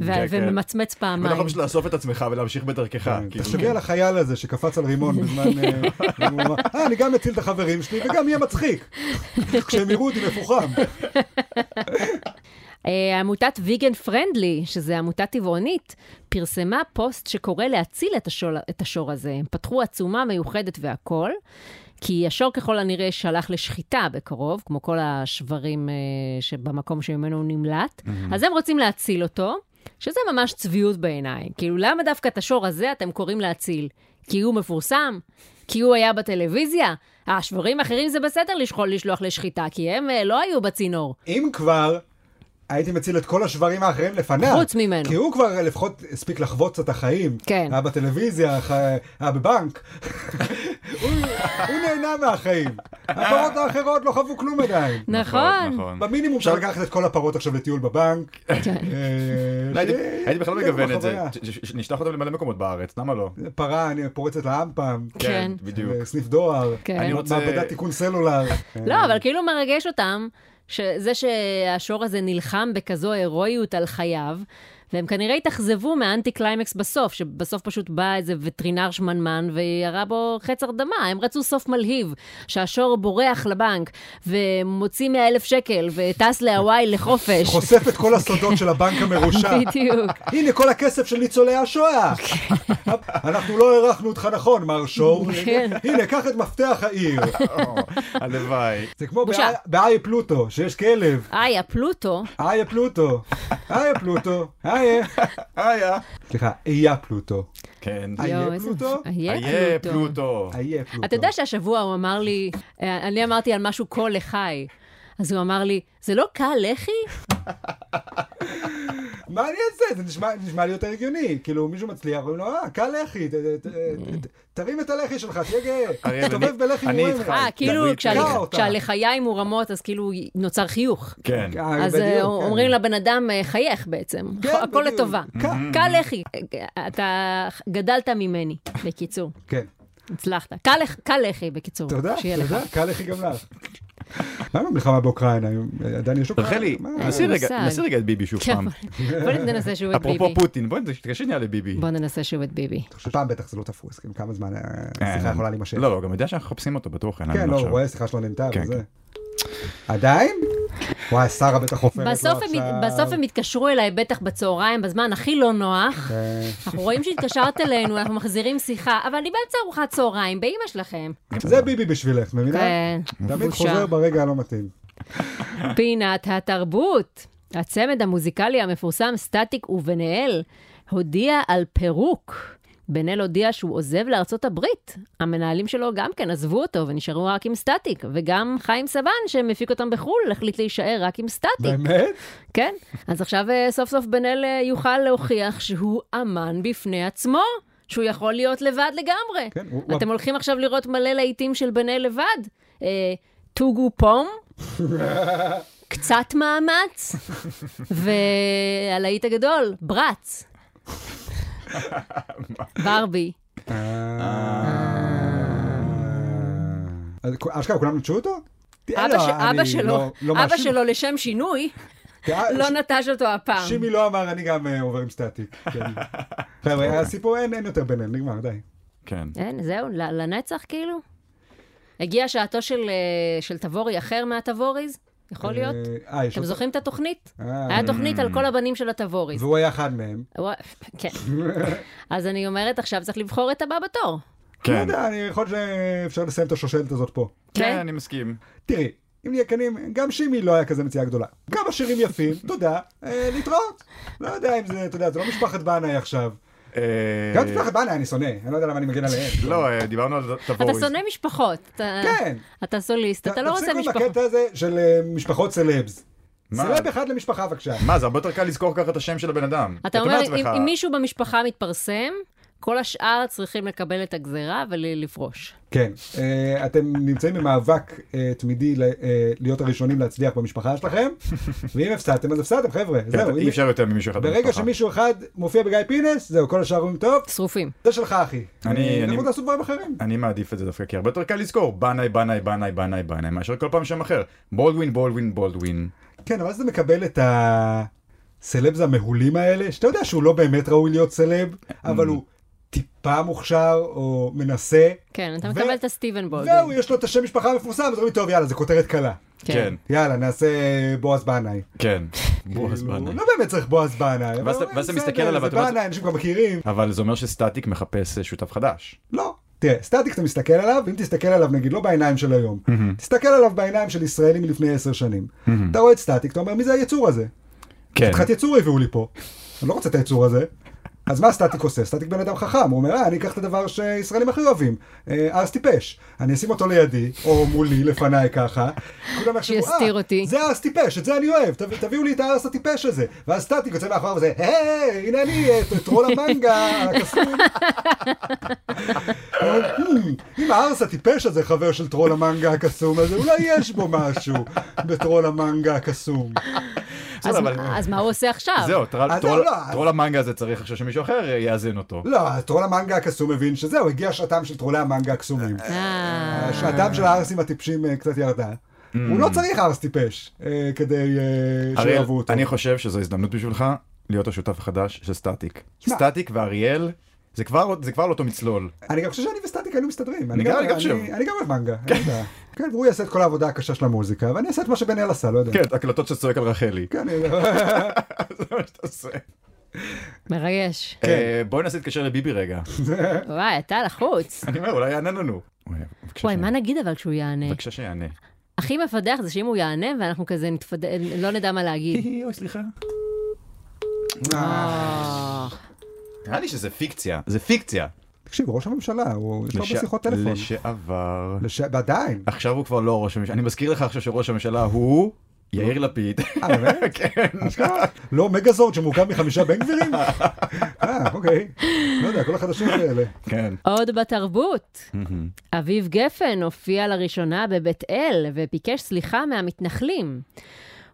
[SPEAKER 2] ו-
[SPEAKER 3] כן, כן.
[SPEAKER 2] וממצמץ
[SPEAKER 3] ואתה
[SPEAKER 2] פעמיים.
[SPEAKER 3] יכול פשוט לאסוף את עצמך ולהמשיך בדרכך.
[SPEAKER 2] כן,
[SPEAKER 3] כאילו.
[SPEAKER 1] כן, תחשבי על החייל הזה שקפץ על רימון בזמן... אה, והוא אמר, אה, אני גם אציל את החברים שלי וגם יהיה מצחיק. כשהם יראו אותי מפוחם.
[SPEAKER 2] אה, עמותת ויגן פרנדלי, שזה עמותה טבעונית, פרסמה פוסט שקורא להציל את השור, את השור הזה. הם פתחו עצומה מיוחדת והכול, כי השור ככל הנראה שלח לשחיטה בקרוב, כמו כל השברים אה, שבמקום שממנו הוא נמלט, אז הם רוצים להציל אותו, שזה ממש צביעות בעיניי. כאילו, למה דווקא את השור הזה אתם קוראים להציל? כי הוא מפורסם? כי הוא היה בטלוויזיה? אה, השברים האחרים זה בסדר לשחול, לשלוח לשחיטה, כי הם אה, לא היו בצינור.
[SPEAKER 1] אם כבר, הייתי מציל את כל השברים האחרים לפניו.
[SPEAKER 2] חוץ ממנו.
[SPEAKER 1] לא, כי הוא כבר לפחות הספיק לחוות קצת את החיים.
[SPEAKER 2] כן.
[SPEAKER 1] היה בטלוויזיה, ח- היה בבנק. הוא הוא נהנה מהחיים. הפרות האחרות לא חוו כלום עדיין.
[SPEAKER 2] נכון.
[SPEAKER 1] במינימום אפשר לקחת את כל הפרות עכשיו לטיול בבנק.
[SPEAKER 2] כן.
[SPEAKER 1] אה,
[SPEAKER 3] לא, הייתי-
[SPEAKER 1] שיהיה-
[SPEAKER 3] הייתי בכלל
[SPEAKER 1] שיהיה
[SPEAKER 3] מגוון
[SPEAKER 1] לנו
[SPEAKER 3] את זה,
[SPEAKER 1] חוויה.
[SPEAKER 3] ש- ש- שנשלח אותם למלא מקומות בארץ, למה לא?
[SPEAKER 1] פרה אני פורצת לעם פעם.
[SPEAKER 2] כן.
[SPEAKER 3] בדיוק.
[SPEAKER 1] אה, סניף דואר.
[SPEAKER 2] כן.
[SPEAKER 3] אני רוצה- כן.
[SPEAKER 1] מעבדת תיקון סלולר.
[SPEAKER 2] לא, אבל כאילו מרגש אותם, שזה שהשור הזה נלחם בכזו הירואיות על חייו, והם כנראה התאכזבו מהאנטי קליימקס בסוף, שבסוף פשוט בא איזה וטרינר שמנמן וירה בו חצר דמה. הם רצו סוף מלהיב, שהשור בורח לבנק ומוציא 100 אלף שקל וטס להוואי לחופש.
[SPEAKER 1] חושף את כל הסודות של הבנק המרושע.
[SPEAKER 2] בדיוק.
[SPEAKER 1] הנה כל הכסף של ניצולי השואה. אנחנו לא הערכנו אותך נכון, מר שור.
[SPEAKER 2] כן.
[SPEAKER 1] הנה, קח את מפתח העיר. כן.
[SPEAKER 3] הלוואי.
[SPEAKER 1] זה כמו
[SPEAKER 2] בושה.
[SPEAKER 1] באי- באיה פלוטו, שיש כלב.
[SPEAKER 2] היי, הפלוטו,
[SPEAKER 1] איה פלוטו. איה פלוטו. איה.
[SPEAKER 3] איה.
[SPEAKER 1] סליחה, איה פלוטו.
[SPEAKER 3] כן.
[SPEAKER 1] איה
[SPEAKER 2] יואו, איזה-
[SPEAKER 1] פלוטו?
[SPEAKER 2] איה
[SPEAKER 3] איה
[SPEAKER 2] פלוטו.
[SPEAKER 3] פלוטו.
[SPEAKER 1] איה פלוטו.
[SPEAKER 2] אתה יודע שהשבוע הוא אמר לי, אה, אני אמרתי על משהו כה לחי. אז הוא אמר לי, זה לא קל לחי?
[SPEAKER 1] מה אני אעשה? זה נשמע- נשמע לי יותר הגיוני. כאילו, מישהו מצליח, אומרים לו, אה, קל לחי, ת- ת- ת- תרים את הלחי שלך, תהיה גאה.
[SPEAKER 3] אריאל,
[SPEAKER 1] תסתובב
[SPEAKER 3] אני-
[SPEAKER 1] בלחי
[SPEAKER 3] אני
[SPEAKER 1] מורמת.
[SPEAKER 3] איתך.
[SPEAKER 2] אה,
[SPEAKER 3] כן,
[SPEAKER 2] כאילו
[SPEAKER 3] דוד,
[SPEAKER 2] כשהלח-
[SPEAKER 1] קרא אותה.
[SPEAKER 2] כשהלחיים מורמות, אז כאילו נוצר חיוך.
[SPEAKER 3] כן.
[SPEAKER 1] אה,
[SPEAKER 2] אז אה,
[SPEAKER 1] בדיוק, כן.
[SPEAKER 2] אומרים לבן אדם, אה, חייך בעצם,
[SPEAKER 1] כן,
[SPEAKER 2] הכל
[SPEAKER 1] בדיוק.
[SPEAKER 2] לטובה.
[SPEAKER 1] קל. Mm-hmm.
[SPEAKER 2] קל לחי, אה, אתה גדלת ממני, בקיצור,
[SPEAKER 1] כן.
[SPEAKER 2] הצלחת. קל לח- קל לחי, בקיצור,
[SPEAKER 1] תודה,
[SPEAKER 2] שיהיה לך.
[SPEAKER 1] תודה, קל לכי גם לך. מה עם המלחמה באוקראינה? עדיין יש אוקראינה?
[SPEAKER 3] רחלי,
[SPEAKER 1] מה?
[SPEAKER 2] אה.
[SPEAKER 3] נסי רגע-
[SPEAKER 2] מושג.
[SPEAKER 3] נסי רגע את ביבי שוב
[SPEAKER 2] כן,
[SPEAKER 3] פעם.
[SPEAKER 2] בוא- בוא ננסה שוב את ביבי.
[SPEAKER 3] אפרופו פוטין, בואי תתקשר שנייה לביבי.
[SPEAKER 2] בוא ננסה שוב את ביבי.
[SPEAKER 1] פעם בטח זה לא תפוס, כאילו, כמה זמן אה,
[SPEAKER 3] אה,
[SPEAKER 1] השיחה יכולה להימשך. לא,
[SPEAKER 3] לא, הוא גם יודע שאנחנו מחפשים אותו בטוח. אין לנו
[SPEAKER 1] כן, לא, הוא
[SPEAKER 3] עכשיו.
[SPEAKER 1] רואה, שיחה שלו נהנתה
[SPEAKER 3] כן,
[SPEAKER 1] וזה. עדיין? וואי, שרה בטח חופרת לו
[SPEAKER 2] בסוף הם,
[SPEAKER 1] לא, עכשיו.
[SPEAKER 2] בסוף הם התקשרו אליי, בטח בצהריים, בזמן הכי לא נוח.
[SPEAKER 1] כן.
[SPEAKER 2] אנחנו רואים שהתקשרת אלינו, אנחנו מחזירים שיחה, אבל אני באמצע ארוחת צהריים, באימא שלכם.
[SPEAKER 1] זה ביבי בשבילך, מבינה?
[SPEAKER 2] כן,
[SPEAKER 1] תמיד
[SPEAKER 2] בושה.
[SPEAKER 1] חוזר ברגע הלא מתאים.
[SPEAKER 2] פינת התרבות. הצמד המוזיקלי המפורסם סטטיק ובן-אל הודיע על פירוק. בן-אל הודיע שהוא עוזב לארצות הברית. המנהלים שלו גם כן עזבו אותו ונשארו רק עם סטטיק, וגם חיים סבן, שמפיק אותם בחו"ל, החליט להישאר רק עם סטטיק.
[SPEAKER 1] באמת?
[SPEAKER 2] כן, אז עכשיו אה, סוף סוף בן-אל אה, יוכל להוכיח שהוא אמן בפני עצמו, שהוא יכול להיות לבד לגמרי.
[SPEAKER 1] כן, הוא- הוא-
[SPEAKER 2] אתם הולכים עכשיו לראות מלא להיטים של בן-אל לבד. אה, טוגו פום, קצת מאמץ, והלהיט הגדול, ברץ. ברבי.
[SPEAKER 1] אה.
[SPEAKER 2] אה.
[SPEAKER 1] אה. אז כ- אשכרה, כולם נטשו אותו?
[SPEAKER 2] אבא,
[SPEAKER 1] לא,
[SPEAKER 2] ש...
[SPEAKER 1] אני
[SPEAKER 2] אבא שלו,
[SPEAKER 1] לא- לא
[SPEAKER 2] אבא
[SPEAKER 1] מאשים.
[SPEAKER 2] שלו לשם שינוי,
[SPEAKER 1] תראה,
[SPEAKER 2] לא
[SPEAKER 1] ש-
[SPEAKER 2] נטש אותו הפעם.
[SPEAKER 1] שימי לא אמר, אני גם אה, עובר עם סטטיק. כן.
[SPEAKER 2] אוקיי.
[SPEAKER 1] חבר'ה, הסיפור אין אין יותר ביניהם, נגמר, די.
[SPEAKER 3] כן.
[SPEAKER 2] אין, זהו, ל- לנצח כאילו? הגיעה שעתו של, אה, של תבורי אחר מהתבוריז? יכול להיות?
[SPEAKER 1] אה, אה, יש
[SPEAKER 2] אתם
[SPEAKER 1] אותו.
[SPEAKER 2] זוכרים את התוכנית?
[SPEAKER 1] אה,
[SPEAKER 2] היה תוכנית על כל הבנים של התבוריז.
[SPEAKER 1] והוא היה אחד מהם.
[SPEAKER 2] וואי, כן. אז אני אומרת, עכשיו צריך לבחור את הבא בתור.
[SPEAKER 1] לא
[SPEAKER 3] כן.
[SPEAKER 1] יודע, אני יכול שאפשר לסיים את השושלת הזאת פה.
[SPEAKER 3] כן, אני מסכים.
[SPEAKER 1] תראי, אם נהיה כנים, גם שימי לא היה כזה מציאה גדולה. כמה שירים יפים, תודה, אה, להתראות. לא יודע אם זה, אתה יודע, זה לא משפחת בנאי עכשיו.
[SPEAKER 3] אה,
[SPEAKER 1] גם את משפחת בנאי אני שונא, אני לא יודע למה אני מגן עליהם.
[SPEAKER 3] לא, אה, דיברנו על
[SPEAKER 2] אתה
[SPEAKER 3] תבוריז.
[SPEAKER 2] שונא משפחות. אתה-
[SPEAKER 1] כן.
[SPEAKER 2] אתה סוליסט, אתה לא רוצה
[SPEAKER 1] תפסיקו
[SPEAKER 2] משפחות.
[SPEAKER 1] עם הקטע הזה של אה, משפחות סלבס.
[SPEAKER 3] מה?
[SPEAKER 1] סלב אחד למשפחה בבקשה.
[SPEAKER 3] מה, זה הרבה יותר קל לזכור ככה את השם של הבן אדם.
[SPEAKER 2] אתה אומר,
[SPEAKER 3] לעצמך,
[SPEAKER 2] אם אם מישהו במשפחה מתפרסם, כל השאר צריכים לקבל את הגזרה ולפרוש.
[SPEAKER 1] כן, אה, אתם נמצאים במאבק אה, תמידי ל- אה, להיות הראשונים להצליח במשפחה שלכם, ואם הפסדתם אז הפסדתם חבר'ה,
[SPEAKER 3] כן,
[SPEAKER 1] זהו.
[SPEAKER 3] אי
[SPEAKER 1] אם-
[SPEAKER 3] אפשר יותר ממישהו אחד
[SPEAKER 1] ברגע
[SPEAKER 3] במשפחה.
[SPEAKER 1] שמישהו אחד מופיע בגיא פינס, זהו, כל השאר אומרים טוב,
[SPEAKER 2] שרופים.
[SPEAKER 1] זה שלך אחי.
[SPEAKER 3] אני-
[SPEAKER 1] אה,
[SPEAKER 3] אני-
[SPEAKER 1] לכו תעשו דברים אחרים.
[SPEAKER 3] אני מעדיף את זה דווקא, כי הרבה יותר קל לזכור. בנאי, בנאי, בנאי, בנאי, בנאי, מאשר כל פעם שם אחר. בולדווין, בולדווין, בולדווין.
[SPEAKER 1] כן, אבל אז אתה מקבל את הסלבס המהולים האלה, שאתה יודע שהוא לא באמת ראוי להיות סלב,
[SPEAKER 3] Mm.
[SPEAKER 1] אבל הוא טיפה מוכשר או מנסה,
[SPEAKER 2] כן, אתה
[SPEAKER 1] ו-
[SPEAKER 2] מקבל את הסטיבן
[SPEAKER 1] והוא
[SPEAKER 2] בולדווין.
[SPEAKER 1] יש לו את השם משפחה המפורסם, אז אומרים, טוב, יאללה, זה כותרת קלה.
[SPEAKER 3] כן,
[SPEAKER 1] יאללה, נעשה בועז בנאי.
[SPEAKER 3] כן. בועז בנאי.
[SPEAKER 1] לא באמת צריך בועז בנאי.
[SPEAKER 3] ואז אתה-
[SPEAKER 1] אבל
[SPEAKER 3] ואז אתה
[SPEAKER 1] בסדר,
[SPEAKER 3] מסתכל עליו
[SPEAKER 1] זה
[SPEAKER 3] ואתה אומר, "אה,
[SPEAKER 1] בנאי, אנשים כבר מכירים.
[SPEAKER 3] אבל זה אומר שסטטיק מחפש אה, שותף חדש.
[SPEAKER 1] לא. תראה, סטטיק אתה מסתכל עליו, ואם תסתכל עליו, נגיד, לא בעיניים של היום, תסתכל עליו בעיניים של ישראלים מלפני עשר שנים. אתה רואה את סטטיק, אתה אומר, מי זה היצור הזה?
[SPEAKER 3] כן.
[SPEAKER 1] חתיכת יצור הביאו לי פה. אני לא רוצה את היצור הזה. אז מה סטטיק עושה? סטטיק בן אדם חכם, הוא אומר, אה, אני אקח את הדבר שישראלים הכי אוהבים, אה, ארס טיפש. אני אשים אותו לידי, או מולי, לפניי ככה. כולם יחשבו,
[SPEAKER 2] שיסתיר
[SPEAKER 1] "אה,
[SPEAKER 2] אותי."
[SPEAKER 1] זה הארס טיפש, את זה אני אוהב, תב- תביאו לי את הארס הטיפש הזה. ואז סטטיק יוצא מאחוריו וזה, היי, הנה אני, אה, טרול המנגה, הקסום. אבל, "Hmm, אם הארס הטיפש הזה חבר של טרול המנגה הקסום, אז אולי יש בו משהו בטרול המנגה הקסום.
[SPEAKER 2] אז-
[SPEAKER 3] בסדר, אבל-
[SPEAKER 2] אז מה הוא עושה עכשיו?
[SPEAKER 3] זהו,
[SPEAKER 1] אז
[SPEAKER 3] טרל-
[SPEAKER 1] לא,
[SPEAKER 3] טרול-
[SPEAKER 1] לא, אז-
[SPEAKER 3] טרול המנגה הזה צריך עכשיו שמישהו אחר אה, יאזן אותו.
[SPEAKER 1] לא, טרול המנגה הקסום מבין שזהו, הגיעה שעתם של טרולי המנגה הקסומים.
[SPEAKER 2] אה,
[SPEAKER 1] שעתם של הארסים הטיפשים אה, קצת ירדה. הוא לא צריך ארס טיפש אה, כדי אה,
[SPEAKER 3] Mm. אריאל,
[SPEAKER 1] שיאהבו אותו.
[SPEAKER 3] אני חושב שזו הזדמנות בשבילך להיות השותף החדש של סטטיק.
[SPEAKER 1] שמע.
[SPEAKER 3] סטטיק ואריאל, זה כבר זה כבר לא אותו מצלול.
[SPEAKER 1] אני גם חושב שאני וסטטיק היינו מסתדרים.
[SPEAKER 3] גם- אני גם חושב.
[SPEAKER 1] אני גם אוהב מנגה, אני יודע. כן, והוא יעשה את כל העבודה הקשה של המוזיקה, ואני אעשה את מה שבן אל עשה, לא יודע.
[SPEAKER 3] כן, הקלטות שאתה צועק על רחלי.
[SPEAKER 1] כן, אני יודע.
[SPEAKER 3] זה מה שאתה עושה.
[SPEAKER 2] מרגש.
[SPEAKER 1] כן.
[SPEAKER 3] אה, בואי ננסה להתקשר לביבי רגע.
[SPEAKER 2] וואי, אתה לחוץ.
[SPEAKER 3] אני אומר, אולי יענה לנו. אוי, בבקשה
[SPEAKER 2] וואי, מה
[SPEAKER 3] שיענה.
[SPEAKER 2] נגיד אבל כשהוא יענה?
[SPEAKER 3] בבקשה שיענה.
[SPEAKER 2] הכי מפדח זה שאם הוא יענה ואנחנו כזה נתפד... לא נדע מה להגיד.
[SPEAKER 3] אוי, סליחה.
[SPEAKER 2] אה,
[SPEAKER 3] נראה לי שזה פיקציה. זה פיקציה.
[SPEAKER 1] תקשיב, ראש הממשלה, הוא- יש לו הרבה
[SPEAKER 3] לש-
[SPEAKER 1] שיחות טלפון.
[SPEAKER 3] לשעבר.
[SPEAKER 1] לש- ועדיין.
[SPEAKER 3] עכשיו הוא כבר לא ראש הממשלה. אני מזכיר לך עכשיו שראש הממשלה הוא יאיר לפיד.
[SPEAKER 1] אה, באמת?
[SPEAKER 3] כן.
[SPEAKER 1] אשכרה? לא מגזורד שמורכב מחמישה בן גבירים? אה, אוקיי. לא יודע, כל החדשים האלה.
[SPEAKER 3] כן.
[SPEAKER 2] עוד בתרבות. אביב גפן הופיע לראשונה בבית אל וביקש סליחה מהמתנחלים.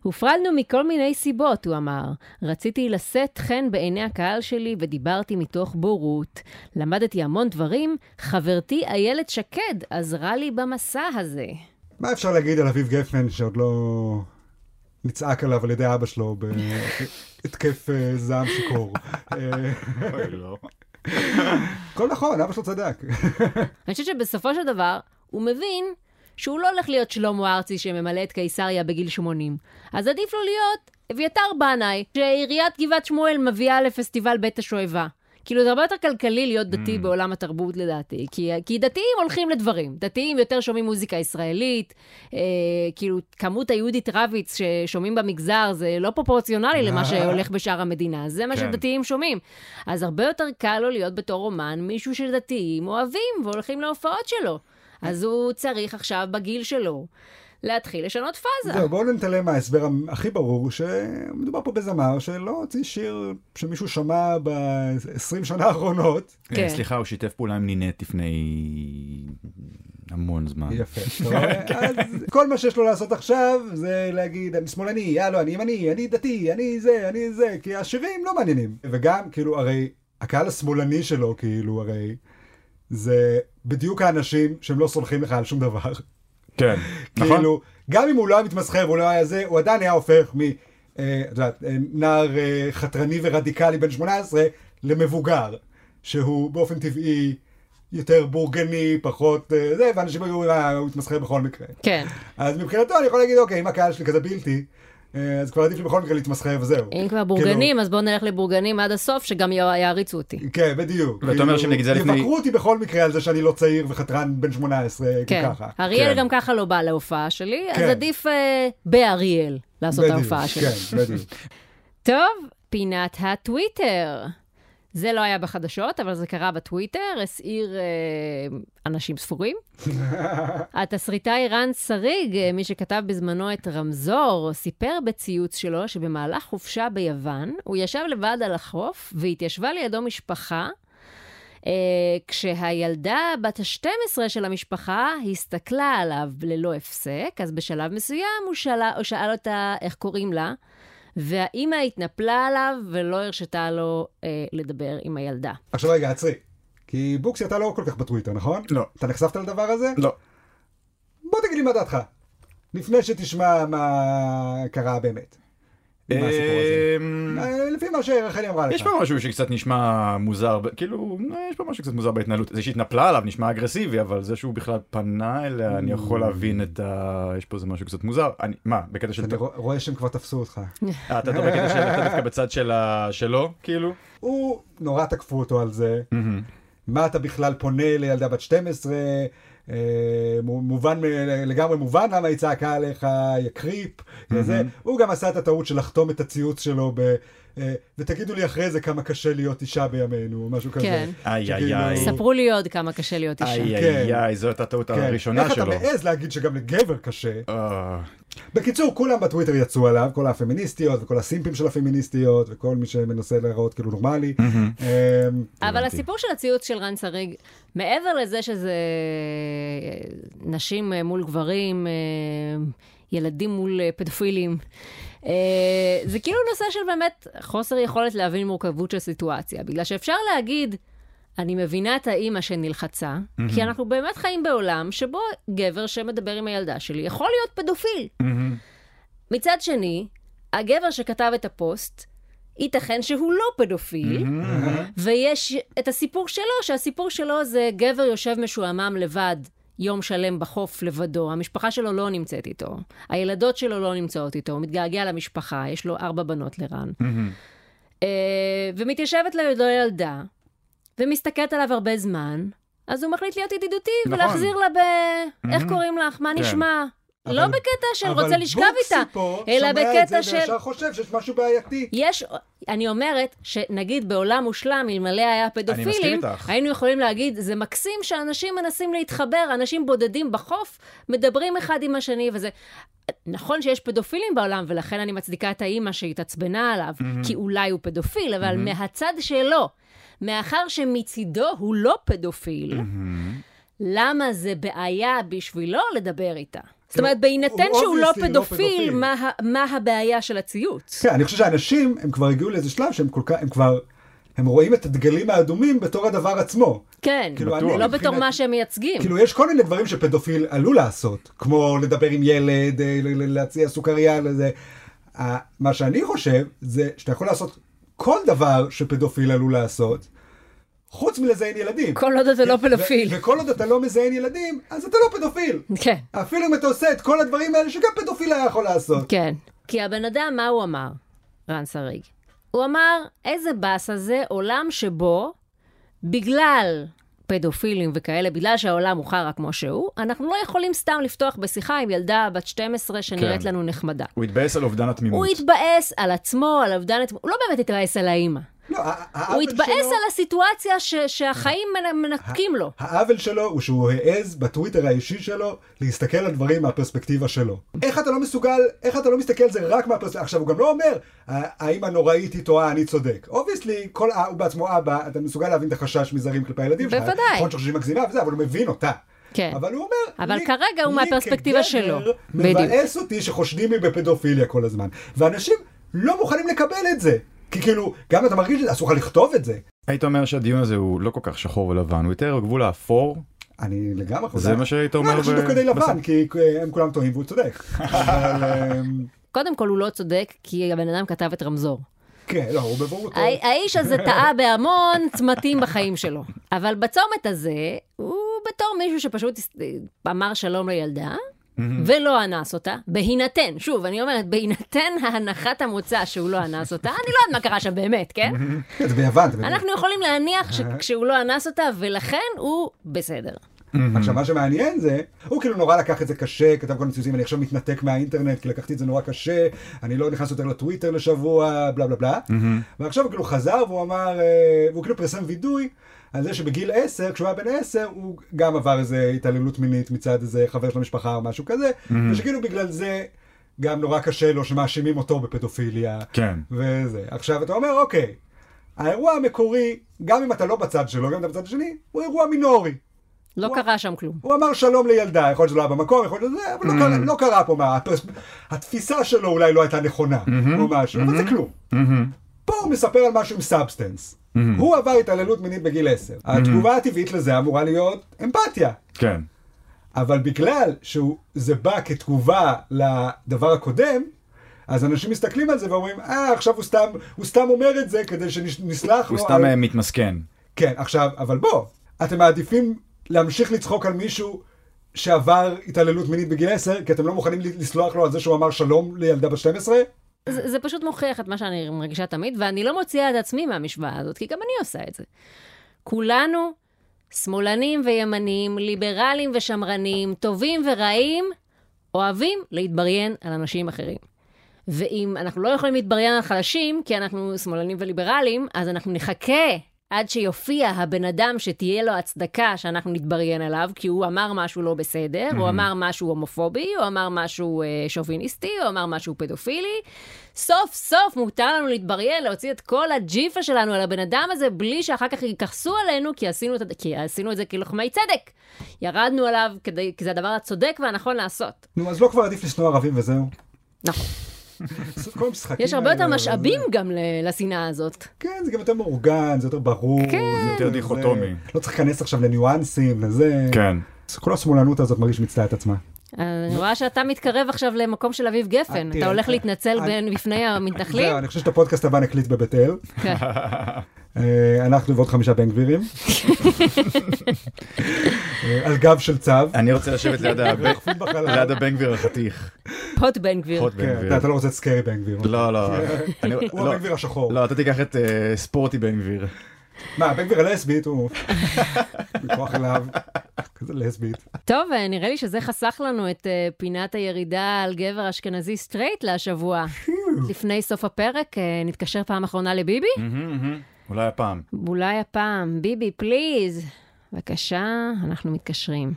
[SPEAKER 2] הופרדנו מכל מיני סיבות, הוא אמר. רציתי לשאת חן בעיני הקהל שלי ודיברתי מתוך בורות. למדתי המון דברים, חברתי איילת שקד עזרה לי במסע הזה.
[SPEAKER 1] מה אפשר להגיד על אביב גפן שעוד לא נצעק עליו על ידי אבא שלו בהתקף אה, זעם שיכור? אה,
[SPEAKER 3] אוי, לא.
[SPEAKER 1] הכל נכון, אבא שלו צדק.
[SPEAKER 2] אני חושבת שבסופו של דבר, הוא מבין שהוא לא הולך להיות שלמה ארצי שממלא את קיסריה בגיל 80. אז עדיף לו להיות אביתר בנאי, שעיריית גבעת שמואל מביאה לפסטיבל בית השואבה. כאילו, זה הרבה יותר כלכלי להיות דתי mm. בעולם התרבות, לדעתי. כי, כי דתיים הולכים לדברים. דתיים יותר שומעים מוזיקה ישראלית, אה, כאילו, כמות היהודית רביץ ששומעים במגזר זה לא פרופורציונלי למה שהולך בשאר המדינה. זה מה
[SPEAKER 3] כן.
[SPEAKER 2] שדתיים שומעים. אז הרבה יותר קל לו להיות בתור אומן מישהו שדתיים אוהבים והולכים להופעות שלו. אז הוא צריך עכשיו, בגיל שלו, להתחיל לשנות פאזה.
[SPEAKER 1] זהו, בואו נתעלם מההסבר המ- הכי ברור, שמדובר פה בזמר שלא הוציא שיר שמישהו שמע ב-20 שנה האחרונות.
[SPEAKER 2] כן.
[SPEAKER 3] אה, סליחה, הוא שיתף פעולה עם נינט לפני המון זמן.
[SPEAKER 1] יפה. אתה רואה? אז כל מה שיש לו לעשות עכשיו זה להגיד, אני שמאלני, יאללה, אני ימני, אני דתי, אני זה, אני זה, כי השירים לא מעניינים. וגם, כאילו, הרי הקהל השמאלני שלו, כאילו, הרי, זה בדיוק האנשים שהם לא סולחים לך על שום דבר.
[SPEAKER 3] כן, נכון?
[SPEAKER 1] כאילו, גם אם הוא לא היה מתמסחר, הוא לא היה זה, הוא עדיין היה הופך מ... אה, את יודעת, אה, נער אה, חתרני ורדיקלי בן 18 למבוגר, שהוא באופן טבעי יותר בורגני, פחות אה, זה, ואנשים היו, אה, הוא התמסחר בכל מקרה.
[SPEAKER 2] כן.
[SPEAKER 1] אז מבחינתו אני יכול להגיד, אוקיי, אם הקהל שלי כזה בלתי, אה, אז כבר עדיף לי בכל מקרה להתמסחר וזהו.
[SPEAKER 2] אם כבר
[SPEAKER 1] כן,
[SPEAKER 2] בורגנים, אז בואו נלך לבורגנים עד הסוף, שגם י- יעריצו אותי.
[SPEAKER 1] כאילו, כן, בדיוק.
[SPEAKER 3] ואתה אומר
[SPEAKER 1] כאילו,
[SPEAKER 3] שאם נגיד זה היה לפני-
[SPEAKER 1] יבקרו אותי בכל מקרה על זה שאני לא צעיר וחתרן בן 18,
[SPEAKER 2] כן.
[SPEAKER 1] ככה.
[SPEAKER 2] אריאל
[SPEAKER 3] כן.
[SPEAKER 2] גם ככה לא בא להופעה שלי, אז
[SPEAKER 1] כן.
[SPEAKER 2] עדיף אה, באריאל לעשות את
[SPEAKER 1] בדיוק,
[SPEAKER 2] ההופעה שלי.
[SPEAKER 1] כן, בדיוק.
[SPEAKER 2] טוב, פינת הטוויטר. זה לא היה בחדשות, אבל זה קרה בטוויטר, הסעיר אה, אנשים ספורים. התסריטאי רן שריג, אה, מי שכתב בזמנו את רמזור, סיפר בציוץ שלו שבמהלך חופשה ביוון, הוא ישב לבד על החוף והתיישבה לידו משפחה, אה, כשהילדה בת ה-12 של המשפחה הסתכלה עליו ללא הפסק, אז בשלב מסוים הוא, שאלה, הוא שאל אותה איך קוראים לה. והאימא התנפלה עליו ולא הרשתה לו אה, לדבר עם הילדה.
[SPEAKER 3] אוקיי.
[SPEAKER 1] עכשיו רגע, עצרי. כי בוקסי אתה לא כל כך בטוויטר, נכון?
[SPEAKER 3] לא.
[SPEAKER 1] אתה נחשפת לדבר הזה?
[SPEAKER 3] לא.
[SPEAKER 1] בוא תגיד לי מה דעתך. לפני שתשמע מה קרה באמת. עם הסיפור הזה.
[SPEAKER 3] אמ,
[SPEAKER 1] אה, לפי מה שרחלי אמרה לך.
[SPEAKER 3] יש פה משהו שקצת נשמע מוזר, ב- כאילו, אה, יש פה משהו קצת מוזר בהתנהלות. זה שהתנפלה עליו נשמע אגרסיבי, אבל זה שהוא בכלל פנה אליה, אני יכול להבין את ה... יש פה איזה משהו קצת מוזר. אני- מה, בקטע של...
[SPEAKER 1] אני רוא- רואה שהם כבר תפסו אותך.
[SPEAKER 3] אה, אתה אתה בקטע של... אתה דווקא בצד של ה- שלו, כאילו?
[SPEAKER 1] הוא, נורא תקפו אותו על זה.
[SPEAKER 3] Mm-hmm.
[SPEAKER 1] מה אתה בכלל פונה לילדה בת 12? אה, מו- מובן, מ- לגמרי מובן למה היא צעקה עליך, יא קריפ,
[SPEAKER 3] Mm-hmm.
[SPEAKER 1] וזה. הוא גם עשה את הטעות של לחתום את הציוץ שלו ב... אה, ותגידו לי אחרי זה כמה קשה להיות אישה בימינו, או משהו כזה.
[SPEAKER 2] כן.
[SPEAKER 3] איי, איי,
[SPEAKER 1] שכאילו-
[SPEAKER 3] איי.
[SPEAKER 2] ספרו לי עוד כמה קשה להיות אישה.
[SPEAKER 3] איי,
[SPEAKER 1] כן.
[SPEAKER 3] איי, איי, זו הייתה הטעות
[SPEAKER 1] כן.
[SPEAKER 3] הראשונה שלו.
[SPEAKER 1] איך אתה מעז להגיד שגם לגבר קשה?
[SPEAKER 3] אה,
[SPEAKER 1] בקיצור, כולם בטוויטר יצאו עליו, כל הפמיניסטיות וכל הסימפים של הפמיניסטיות וכל מי שמנסה להיראות כאילו נורמלי.
[SPEAKER 3] Mm-hmm.
[SPEAKER 1] אמ,
[SPEAKER 2] אבל
[SPEAKER 3] אה, הבנתי.
[SPEAKER 2] הסיפור של הציוץ של רן שריג, מעבר לזה שזה אה, נשים אה, מול גברים, אה, ילדים מול אה, פדופילים, אה, זה כאילו נושא של באמת חוסר יכולת להבין מורכבות של סיטואציה. בגלל שאפשר להגיד, אני מבינה את האימא שנלחצה, כי אנחנו באמת חיים בעולם שבו גבר שמדבר עם הילדה שלי יכול להיות פדופיל. מצד שני, הגבר שכתב את הפוסט, ייתכן שהוא לא פדופיל, ויש את הסיפור שלו, שהסיפור שלו זה גבר יושב משועמם לבד. יום שלם בחוף לבדו, המשפחה שלו לא נמצאת איתו, הילדות שלו לא נמצאות איתו, הוא מתגעגע למשפחה, יש לו ארבע בנות לרן. אה, ומתיישבת לידו ילדה, ומסתכלת עליו הרבה זמן, אז הוא מחליט להיות ידידותי
[SPEAKER 3] נכון.
[SPEAKER 2] ולהחזיר לה ב... איך קוראים לך? מה
[SPEAKER 3] כן.
[SPEAKER 2] נשמע?
[SPEAKER 1] אבל-
[SPEAKER 2] לא בקטע של
[SPEAKER 1] אבל
[SPEAKER 2] רוצה לשכב
[SPEAKER 1] בוקסי
[SPEAKER 2] איתה,
[SPEAKER 1] פה
[SPEAKER 2] אלא
[SPEAKER 1] שומע את
[SPEAKER 2] בקטע
[SPEAKER 1] זה
[SPEAKER 2] של...
[SPEAKER 1] וישר חושב שיש משהו בעייתי.
[SPEAKER 2] יש, אני אומרת שנגיד בעולם מושלם, אלמלא היה פדופילים,
[SPEAKER 3] איתך.
[SPEAKER 2] היינו יכולים להגיד, זה מקסים שאנשים מנסים להתחבר, אנשים בודדים בחוף, מדברים אחד עם השני וזה... נכון שיש פדופילים בעולם, ולכן אני מצדיקה את האימא שהתעצבנה עליו, mm-hmm. כי אולי הוא פדופיל, אבל mm-hmm. מהצד שלו, מאחר שמצידו הוא לא פדופיל, mm-hmm. למה זה בעיה בשבילו לדבר איתה? זאת אומרת, בהינתן
[SPEAKER 1] הוא
[SPEAKER 2] שהוא לא
[SPEAKER 1] obviously לא
[SPEAKER 2] פדופיל,
[SPEAKER 1] פדופיל.
[SPEAKER 2] מה, ה- מה הבעיה של הציוץ?
[SPEAKER 1] כן, אני חושב שאנשים, הם כבר הגיעו לאיזה שלב שהם כל כך, הם כבר, הם רואים את הדגלים האדומים בתור הדבר עצמו.
[SPEAKER 2] כן,
[SPEAKER 1] כאילו,
[SPEAKER 3] בטוח.
[SPEAKER 1] אני
[SPEAKER 2] לא
[SPEAKER 1] מבחינת-
[SPEAKER 2] בתור מה שהם מייצגים.
[SPEAKER 1] כאילו, יש כל מיני דברים שפדופיל עלול לעשות, כמו לדבר עם ילד, אה, ל- ל- להציע סוכריה, לזה. ה- מה שאני חושב, זה שאתה יכול לעשות כל דבר שפדופיל עלול לעשות, חוץ מלזיין ילדים.
[SPEAKER 2] כל עוד אתה לא
[SPEAKER 1] ו-
[SPEAKER 2] פדופיל.
[SPEAKER 1] ו- וכל עוד אתה לא מזיין ילדים, אז אתה לא פדופיל.
[SPEAKER 2] כן.
[SPEAKER 1] אפילו אם אתה עושה את כל הדברים האלה שגם פדופיל היה יכול לעשות.
[SPEAKER 2] כן. כי הבן אדם, מה הוא אמר, רן שריג? הוא אמר, איזה באסה זה עולם שבו בגלל פדופילים וכאלה, בגלל שהעולם הוא חרא כמו שהוא, אנחנו לא יכולים סתם לפתוח בשיחה עם ילדה בת 12 שנראית
[SPEAKER 3] כן.
[SPEAKER 2] לנו נחמדה.
[SPEAKER 3] הוא התבאס על אובדן התמימות.
[SPEAKER 2] הוא התבאס על עצמו, על אובדן עצמו, הוא לא באמת התבאס על האימא.
[SPEAKER 1] לא, ה- העוול
[SPEAKER 2] הוא התבאס
[SPEAKER 1] שלו-
[SPEAKER 2] על הסיטואציה ש- שהחיים מנ- מנקים לו.
[SPEAKER 1] העוול שלו הוא שהוא העז בטוויטר האישי שלו להסתכל על דברים מהפרספקטיבה שלו. איך אתה לא מסוגל, איך אתה לא מסתכל על זה רק מהפרספקטיבה, עכשיו הוא גם לא אומר, "ה- האמא נוראית היא טועה, אני צודק. אובייסלי, כל ה- הוא בעצמו אבא, אתה מסוגל להבין את החשש מזרים כלפי הילדים שלך.
[SPEAKER 2] בוודאי.
[SPEAKER 1] נכון שחושבים מגזימה וזה, אבל הוא מבין אותה.
[SPEAKER 2] כן.
[SPEAKER 1] אבל הוא אומר,
[SPEAKER 2] אבל
[SPEAKER 1] לי-
[SPEAKER 2] כרגע הוא
[SPEAKER 1] לי
[SPEAKER 2] מהפרספקטיבה
[SPEAKER 1] כגבר
[SPEAKER 2] שלו.
[SPEAKER 1] מבאס אותי שחושדים בי בפדופיליה כל הזמן. ואנשים לא מוכנים לקבל את זה. כי כאילו, גם אתה מרגיש את זה, אסור לך לכתוב את זה.
[SPEAKER 3] היית אומר שהדיון הזה הוא לא כל כך שחור ולבן, הוא יותר גבול האפור.
[SPEAKER 1] אני לגמרי חוזר.
[SPEAKER 3] זה מה שהיית אומר
[SPEAKER 1] לא, אני חושב
[SPEAKER 3] ב-
[SPEAKER 1] שתוך כדי לבן,
[SPEAKER 3] בסדר.
[SPEAKER 1] כי אה, הם כולם טועים והוא צודק. אבל אמ,
[SPEAKER 2] קודם כל, הוא לא צודק, כי הבן אדם כתב את רמזור.
[SPEAKER 1] כן, לא, הוא בבורותו.
[SPEAKER 2] הא- האיש הזה טעה בהמון צמתים בחיים שלו. אבל בצומת הזה, הוא בתור מישהו שפשוט הס- אמר שלום לילדה, ולא אנס אותה, בהינתן, שוב, אני אומרת, בהינתן ההנחת המוצא שהוא לא אנס אותה, אני לא יודעת מה קרה שם באמת, כן?
[SPEAKER 1] זה ביוון. זה ביוון.
[SPEAKER 2] אנחנו יכולים להניח שכשהוא לא אנס אותה, ולכן הוא בסדר.
[SPEAKER 1] עכשיו, מה שמעניין זה, הוא כאילו נורא לקח את זה קשה, כתב כל מיני ציוצים, אני עכשיו מתנתק מהאינטרנט, כי לקחתי את זה נורא קשה, אני לא נכנס יותר לטוויטר לשבוע, בלה בלה בלה. ועכשיו הוא כאילו חזר והוא אמר, אה, והוא כאילו פרסם וידוי. על זה שבגיל 10, כשהוא היה בן 10, הוא גם עבר איזה התעללות מינית מצד איזה חבר של המשפחה או משהו כזה, ושכאילו בגלל זה גם נורא קשה לו שמאשימים אותו בפדופיליה.
[SPEAKER 3] כן.
[SPEAKER 1] וזה. עכשיו אתה אומר, אוקיי, האירוע המקורי, גם אם אתה לא בצד שלו, גם אם אתה בצד השני, הוא אירוע מינורי.
[SPEAKER 2] לא
[SPEAKER 1] וואו.
[SPEAKER 2] קרה שם כלום.
[SPEAKER 1] הוא אמר שלום לילדה, יכול להיות שזה לא היה במקום, יכול להיות שזה, אבל לא
[SPEAKER 3] Mm-hmm.
[SPEAKER 1] קרה- לא קרה פה מה... הפרס- התפיסה שלו אולי לא הייתה נכונה,
[SPEAKER 3] Mm-hmm.
[SPEAKER 1] או משהו, אבל זה כלום. פה הוא מספר על משהו עם סאבסטנס.
[SPEAKER 3] Mm-hmm.
[SPEAKER 1] הוא עבר התעללות מינית בגיל 10. התגובה הטבעית לזה אמורה להיות אמפתיה.
[SPEAKER 3] כן.
[SPEAKER 1] אבל בגלל שזה בא כתגובה לדבר הקודם, אז אנשים מסתכלים על זה ואומרים, אה, עכשיו הוא סתם, הוא סתם אומר את זה כדי שנסלח לו.
[SPEAKER 3] הוא סתם
[SPEAKER 1] על...
[SPEAKER 3] אה, מתמסכן.
[SPEAKER 1] כן, עכשיו, אבל בוא, אתם מעדיפים להמשיך לצחוק על מישהו שעבר התעללות מינית בגיל 10, כי אתם לא מוכנים לסלוח לו על זה שהוא אמר שלום לילדה בת 12?
[SPEAKER 2] זה, זה פשוט מוכיח את מה שאני מרגישה תמיד, ואני לא מוציאה את עצמי מהמשוואה הזאת, כי גם אני עושה את זה. כולנו שמאלנים וימנים, ליברלים ושמרנים, טובים ורעים, אוהבים להתבריין על אנשים אחרים. ואם אנחנו לא יכולים להתבריין על חלשים, כי אנחנו שמאלנים וליברלים, אז אנחנו נחכה עד שיופיע הבן אדם שתהיה לו הצדקה שאנחנו נתבריין עליו, כי הוא אמר משהו לא בסדר, הוא אמר משהו הומופובי, הוא אמר משהו אה, שוביניסטי, הוא אמר משהו פדופילי. סוף סוף מותר לנו להתבריין, להוציא את כל הג'יפה שלנו על הבן אדם הזה, בלי שאחר כך יכעסו עלינו, כי עשינו, את, הד- כי עשינו את זה כלוחמי צדק. ירדנו עליו כדי, כי זה הדבר הצודק והנכון לעשות.
[SPEAKER 1] נו, אז לא כבר עדיף לשנוא ערבים וזהו.
[SPEAKER 2] נכון.
[SPEAKER 1] כל המשחקים
[SPEAKER 2] יש הרבה יותר
[SPEAKER 1] האלה, לא-
[SPEAKER 2] משאבים גם ל- לשנאה הזאת.
[SPEAKER 1] כן, זה גם יותר מאורגן, זה יותר ברור.
[SPEAKER 2] כן.
[SPEAKER 1] זה
[SPEAKER 3] יותר דיכוטומי.
[SPEAKER 1] זה- לא צריך להיכנס עכשיו לניואנסים וזה.
[SPEAKER 3] כן.
[SPEAKER 1] כל השמאלנות הזאת מרגיש מצטעה את עצמה.
[SPEAKER 2] אני רואה שאתה מתקרב עכשיו למקום של אביב גפן.
[SPEAKER 1] אה,
[SPEAKER 2] אתה
[SPEAKER 1] תראה,
[SPEAKER 2] הולך
[SPEAKER 1] אה,
[SPEAKER 2] להתנצל
[SPEAKER 1] אני-
[SPEAKER 2] בין- בפני המתנחלים?
[SPEAKER 1] זהו, אני חושב שאת הפודקאסט הבא נקליט בבית אל.
[SPEAKER 2] כן.
[SPEAKER 1] אה, אנחנו ועוד חמישה בן גבירים. אה, על גב של צו.
[SPEAKER 3] אני רוצה לשבת ליד הבן-
[SPEAKER 1] דחפו בחלל.
[SPEAKER 3] ליד הבן גביר החתיך.
[SPEAKER 2] פוט בן גביר.
[SPEAKER 3] פחות בן
[SPEAKER 1] כן,
[SPEAKER 3] גביר.
[SPEAKER 1] אתה- אתה לא רוצה את סקרי בן גביר.
[SPEAKER 3] לא, לא. אני-
[SPEAKER 1] הוא
[SPEAKER 3] לא.
[SPEAKER 1] הבן גביר השחור.
[SPEAKER 3] לא, אתה תיקח את אה, ספורטי בן גביר.
[SPEAKER 1] מה, בן גביר הלסבית הוא... בכוח אליו. כזה לסבית.
[SPEAKER 2] טוב, אה, נראה לי שזה חסך לנו את אה, פינת הירידה על גבר אשכנזי סטרייט להשבוע. לפני סוף הפרק, אה, נתקשר פעם אחרונה לביבי?
[SPEAKER 1] Mm.
[SPEAKER 3] אולי הפעם.
[SPEAKER 2] אולי הפעם. ביבי, פליז. בבקשה, אנחנו מתקשרים.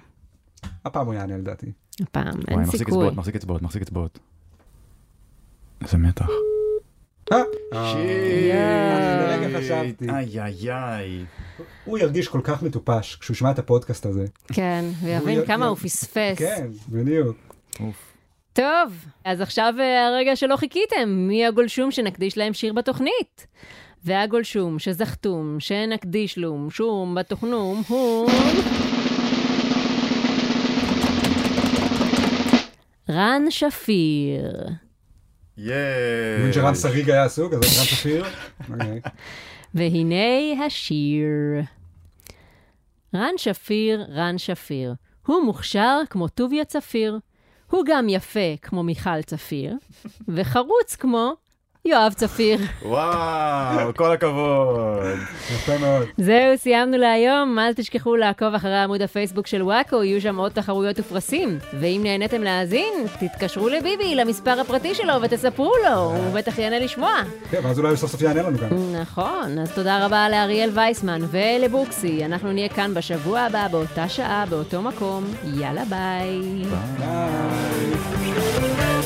[SPEAKER 1] הפעם הוא יענה לדעתי.
[SPEAKER 2] הפעם,
[SPEAKER 3] וואי,
[SPEAKER 2] אין
[SPEAKER 3] מחזיק
[SPEAKER 2] סיכוי.
[SPEAKER 3] אצבעות, מחזיק אצבעות, מחזיק אצבעות. איזה מתח.
[SPEAKER 1] אה,
[SPEAKER 3] שיט.
[SPEAKER 1] לרגע חשבתי.
[SPEAKER 3] איי איי איי.
[SPEAKER 1] הוא ירגיש כל כך מטופש כשהוא ישמע את הפודקאסט הזה.
[SPEAKER 2] כן, ויבין
[SPEAKER 1] הוא י-
[SPEAKER 2] כמה
[SPEAKER 1] י-
[SPEAKER 2] הוא פספס.
[SPEAKER 1] כן, בדיוק.
[SPEAKER 3] אה.
[SPEAKER 2] טוב, אז עכשיו אה, הרגע שלא חיכיתם, מי הגולשום שנקדיש להם שיר בתוכנית? והגולשום שזכתום, שנקדיש לום, שום בתוכנום, הוא... רן שפיר.
[SPEAKER 1] אני מבין
[SPEAKER 3] יש.
[SPEAKER 1] שרן שריג היה עסוק, אז רן שפיר. אוקיי.
[SPEAKER 2] והנה השיר. רן שפיר, רן שפיר. הוא מוכשר כמו טוביה צפיר. הוא גם יפה כמו מיכל צפיר, וחרוץ כמו יואב צפיר.
[SPEAKER 3] וואו, כל הכבוד.
[SPEAKER 1] יפה מאוד.
[SPEAKER 2] זהו, סיימנו להיום. אל תשכחו לעקוב אחרי עמוד הפייסבוק של וואקו, יהיו שם עוד תחרויות ופרסים. ואם נהניתם להאזין, תתקשרו לביבי, למספר הפרטי שלו, ותספרו לו, הוא בטח יענה לשמוע.
[SPEAKER 1] כן, ואז אולי הוא סוף סוף יענה לנו גם.
[SPEAKER 2] נכון, אז תודה רבה לאריאל וייסמן ולבוקסי. אנחנו נהיה כאן בשבוע הבא,
[SPEAKER 1] אה.
[SPEAKER 2] באותה שעה, באותו מקום. יאללה, ביי.
[SPEAKER 1] ביי.